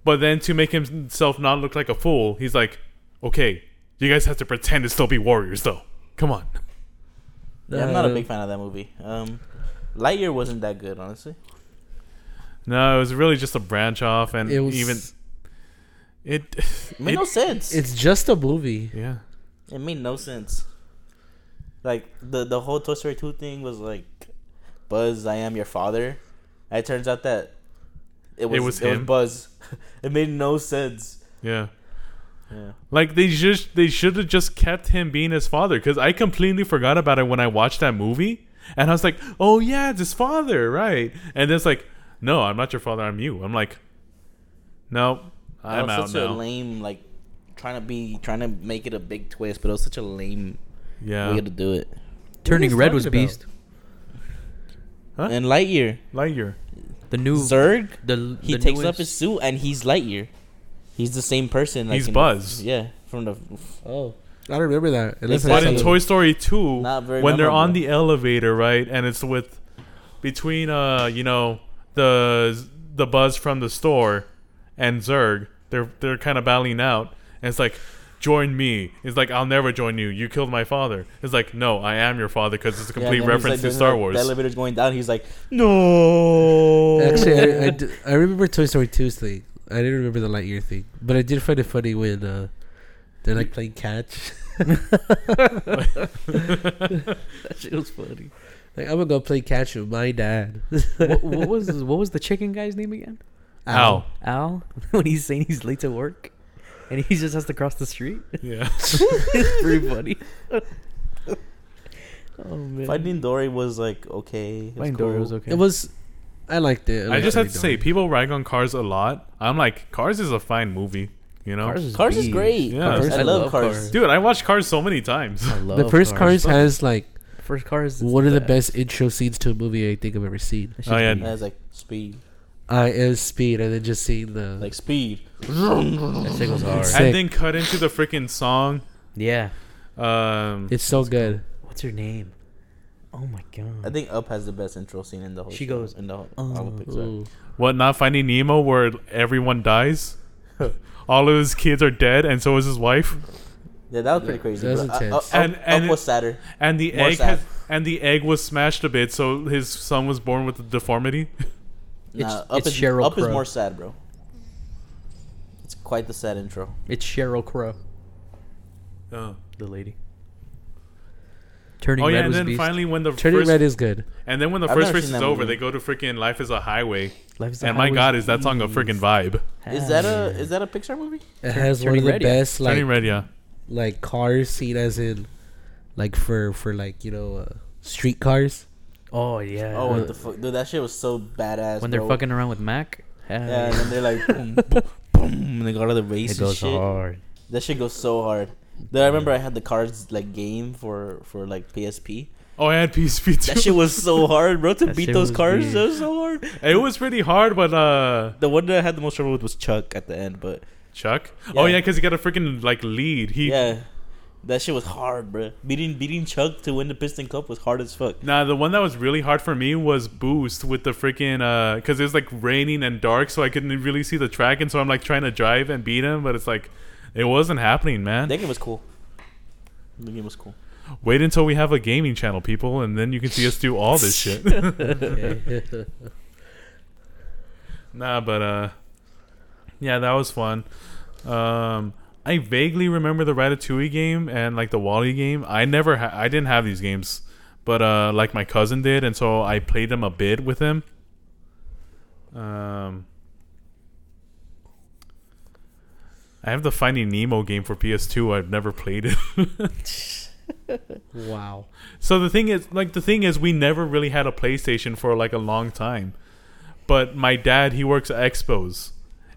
But then to make himself not look like a fool, he's like, okay, you guys have to pretend to still be warriors, though. Come on. Yeah, I'm not a Uh, big fan of that movie. Um, Lightyear wasn't that good, honestly. No, it was really just a branch off, and It was even it. It made it- no sense. It's just a movie. yeah, It made no sense. Like the the whole Toy Story two thing was like, Buzz, I am your father. And it turns out that it was it was was, him. Buzz. it made no sense. yeah. Yeah. Like they just they should have just kept him being his father because I completely forgot about it when I watched that movie, and I was like, oh yeah, it's his father, right? And it's like, no, I'm not your father. I'm you. I'm like, no, I'm That out was such a now. lame like trying to be trying to make it a big twist, but it was such a lame way Yeah, to do it. Turning guys Red was talking about? beast. Huh? And Lightyear, Lightyear. The new Zurg, The he the takes newest- up his suit and he's Lightyear. He's the same person. like, He's in the- Buzz. yeah, from the Oh, I don't remember that. Unless It's I But saw in Exactly. it. Toy Story 2, Not very when they're on memorable. the elevator, right, and it's with between uh, you know, the the Buzz from the store and Zurg, they're they're kind of battling out, and it's like, join me. It's like I'll never join you. You killed my father. It's like no, I am your father because it's a Yeah, complete and then he's, reference to like, doing Star the- Wars. The elevator's going down. He's like, no. Actually, I, I, d- I remember Toy Story 2's thing. I didn't remember the Lightyear thing, but I did find it funny when uh, they're like playing catch. That shit was funny. Like I'm gonna go play catch with my dad. what, what was what was the chicken guy's name again? Ow. Al. when he's saying he's late to work, and he just has to cross the street. Yeah. it's pretty funny. oh man. Finding Dory was like okay. it's Finding Dory was cool. okay. It was. I liked it. I liked just have it. to say, people rag on Cars a lot. I'm like, Cars is a fine movie, you know. Cars is beast. great. Yeah. Cars- I, I love love Cars. Dude, I watched Cars so many times. I love the first Cars, has like First Cars. is one of the best intro scenes to a movie I think I've ever seen. That Oh, shit's yeah. And I beast. was like speed, I is speed, and then just seeing the like speed. That shit goes Sick. hard. and then cut into the freaking song. Yeah. Um, it's so good. What's her name? Oh my god. I think Up has the best intro scene in the whole. She show, goes, in the whole, "Oh." all of Pixar. Ooh. What, not Finding Nemo, where everyone dies? All of his kids are dead, and so is his wife. Yeah, that was pretty crazy. That was but I- intense. I- Up, And- and Up was sadder. And the More egg sad. has, and the egg was smashed a bit, so his son was born with a deformity. Nah, It's- Up it's is Sheryl Up is Crow. more sad, bro. It's quite the sad intro. It's Cheryl Crow, Oh, the lady. Turning Oh, Red yeah, and was then beast. finally when the Turning first red is good. and then when the I've first never race seen is that over, movie. they go to freaking Life is a Highway, Life is a and my Highway's God, is that song a freaking vibe? Is that Ah. a is that a Pixar movie? It has one Turning of the Red, yeah. best like Turning Red, yeah. like car scene as in like for for like you know uh, street cars. Oh yeah. Oh, what the fuck, dude! That shit was so badass. when they're bro. fucking around with Mac. hell Yeah, and yeah. then they're like, boom, boom, boom, and they go out of the race. it goes and shit. hard. That shit goes so hard. Then I remember I had the cards like game for for like PSP. Oh, I had PSP too. That shit was so hard, bro. To That beat shit those was cards, weird. that was so hard. it was pretty hard, but uh, The one that I had the most trouble with was Chuck at the end, but Chuck. Oh Yeah. yeah, because he got a freaking like lead. He yeah, that shit was hard, bro. Beating beating Chuck to win the Piston Cup was hard as fuck. Nah, the one that was really hard for me was Boost with the freaking uh, cause it was like raining and dark, so I couldn't really see the track, and so I'm like trying to drive and beat him, but it's like, it wasn't happening, man. That game was cool. The game was cool. Wait until we have a gaming channel, people, and then you can see us do all this shit. nah, but uh, yeah, that was fun. Um, I vaguely remember the Ratatouille game and like the Wally game. I never, ha- I didn't have these games, but uh, like my cousin did, and so I played them a bit with him. Um. I have the Finding Nemo game for PS2. I've never played it. wow. So the thing is, like the thing is, we never really had a PlayStation for like a long time. But my dad, he works at Expos,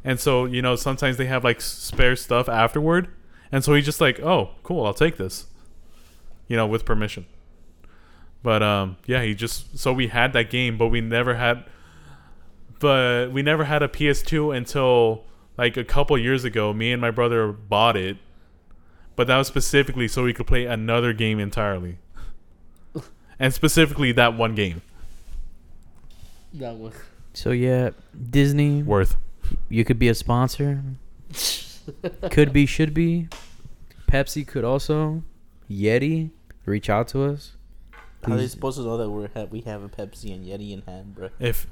and so you know sometimes they have like s- spare stuff afterward, and so he's just like, oh, cool, I'll take this, you know, with permission. But um, yeah, he just so we had that game, but we never had, but we never had a PS2 until like a couple years ago. Me and my brother bought it, but that was specifically so we could play another game entirely and specifically that one game That was So yeah, Disney. worth You could be a sponsor. could be, should be. Pepsi could also. Yeti, reach out to us. How are they Please- supposed to know that we're ha- we have a Pepsi and Yeti in hand, bro? if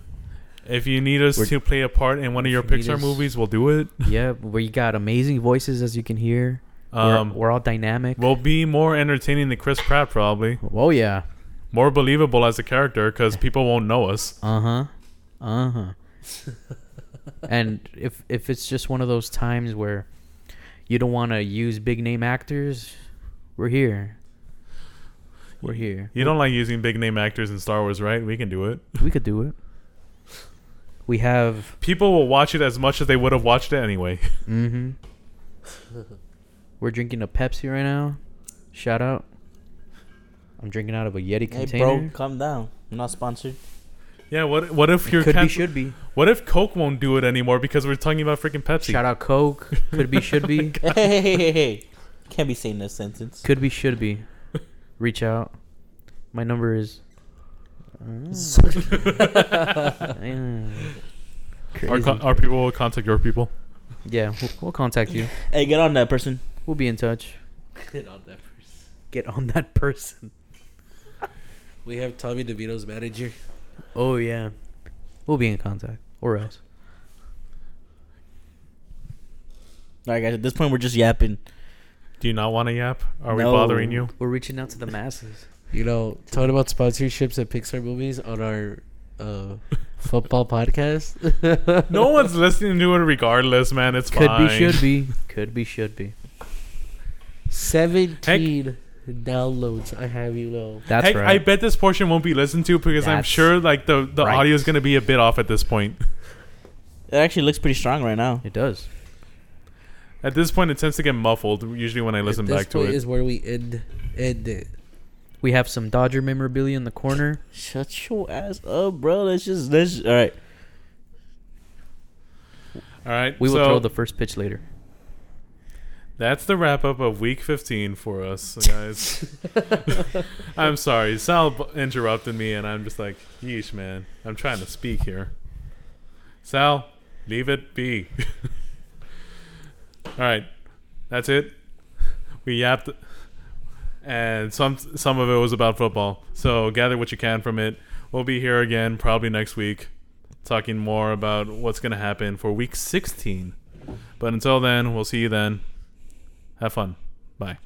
if you need us We're- to play a part in one of If your you need pixar us- movies we'll do it yeah, we got amazing voices as you can hear. We're- um we're, all dynamic. we'll be more entertaining than chris pratt probably oh yeah. more believable as a character because people won't know us Uh huh. Uh huh. and if if it's just one of those times where you don't want to use big name actors, we're here. We're here. you don't like using big name actors in star wars right we can do it We could do it. We have people will watch it as much as they would have watched it anyway Mm-hmm. We're drinking a Pepsi right now. Shout out. I'm drinking out of a Yeti Hey, container. bro, calm down. I'm not sponsored. yeah what what if you're Could can- be, should be. what if coke won't do it anymore because we're talking about freaking pepsi Shout out Coke. Could be, should be. hey, hey, hey, hey, hey! Can't be saying that sentence. Could be, should be. Reach out. My number is. uh, Mm. our, Crazy. co- our people will contact your people yeah, we'll, we'll contact you. Hey, get on that person. We'll be in touch. good on that person. Get on that person. We have Tommy DeVito's manager. Oh yeah, we'll be in contact, or else. All right, guys. At this point, we're just yapping. do you not want to yap are we No. bothering you We're reaching out to the masses. You know, talking about sponsorships at Pixar movies on our uh, football podcast. No one's listening to it regardless, man. It's Could fine. be, should be. Could be, should be. Seventeen downloads. I have you know. That's Heck, right. I bet this portion won't be listened to because I'm That's sure like the, the right. audio is going to be a bit off at this point. It actually looks pretty strong right now. It does. At this point, it tends to get muffled usually when I listen At this back to point it. is where we end end it. We have some Dodger memorabilia in the corner. Shut your ass up, bro. Let's just let's. All right. All right, We will so throw the first pitch later. that's the wrap up of week 15 for us, guys. I'm sorry, Sal b- interrupted me, and I'm just like, yeesh, man. I'm trying to speak here. Sal, leave it be. All right, that's it. We yapped, and some some of it was about football. So gather what you can from it. We'll be here again probably next week, talking more about what's gonna happen for week 16. But until then, we'll see you then. Have fun. Bye.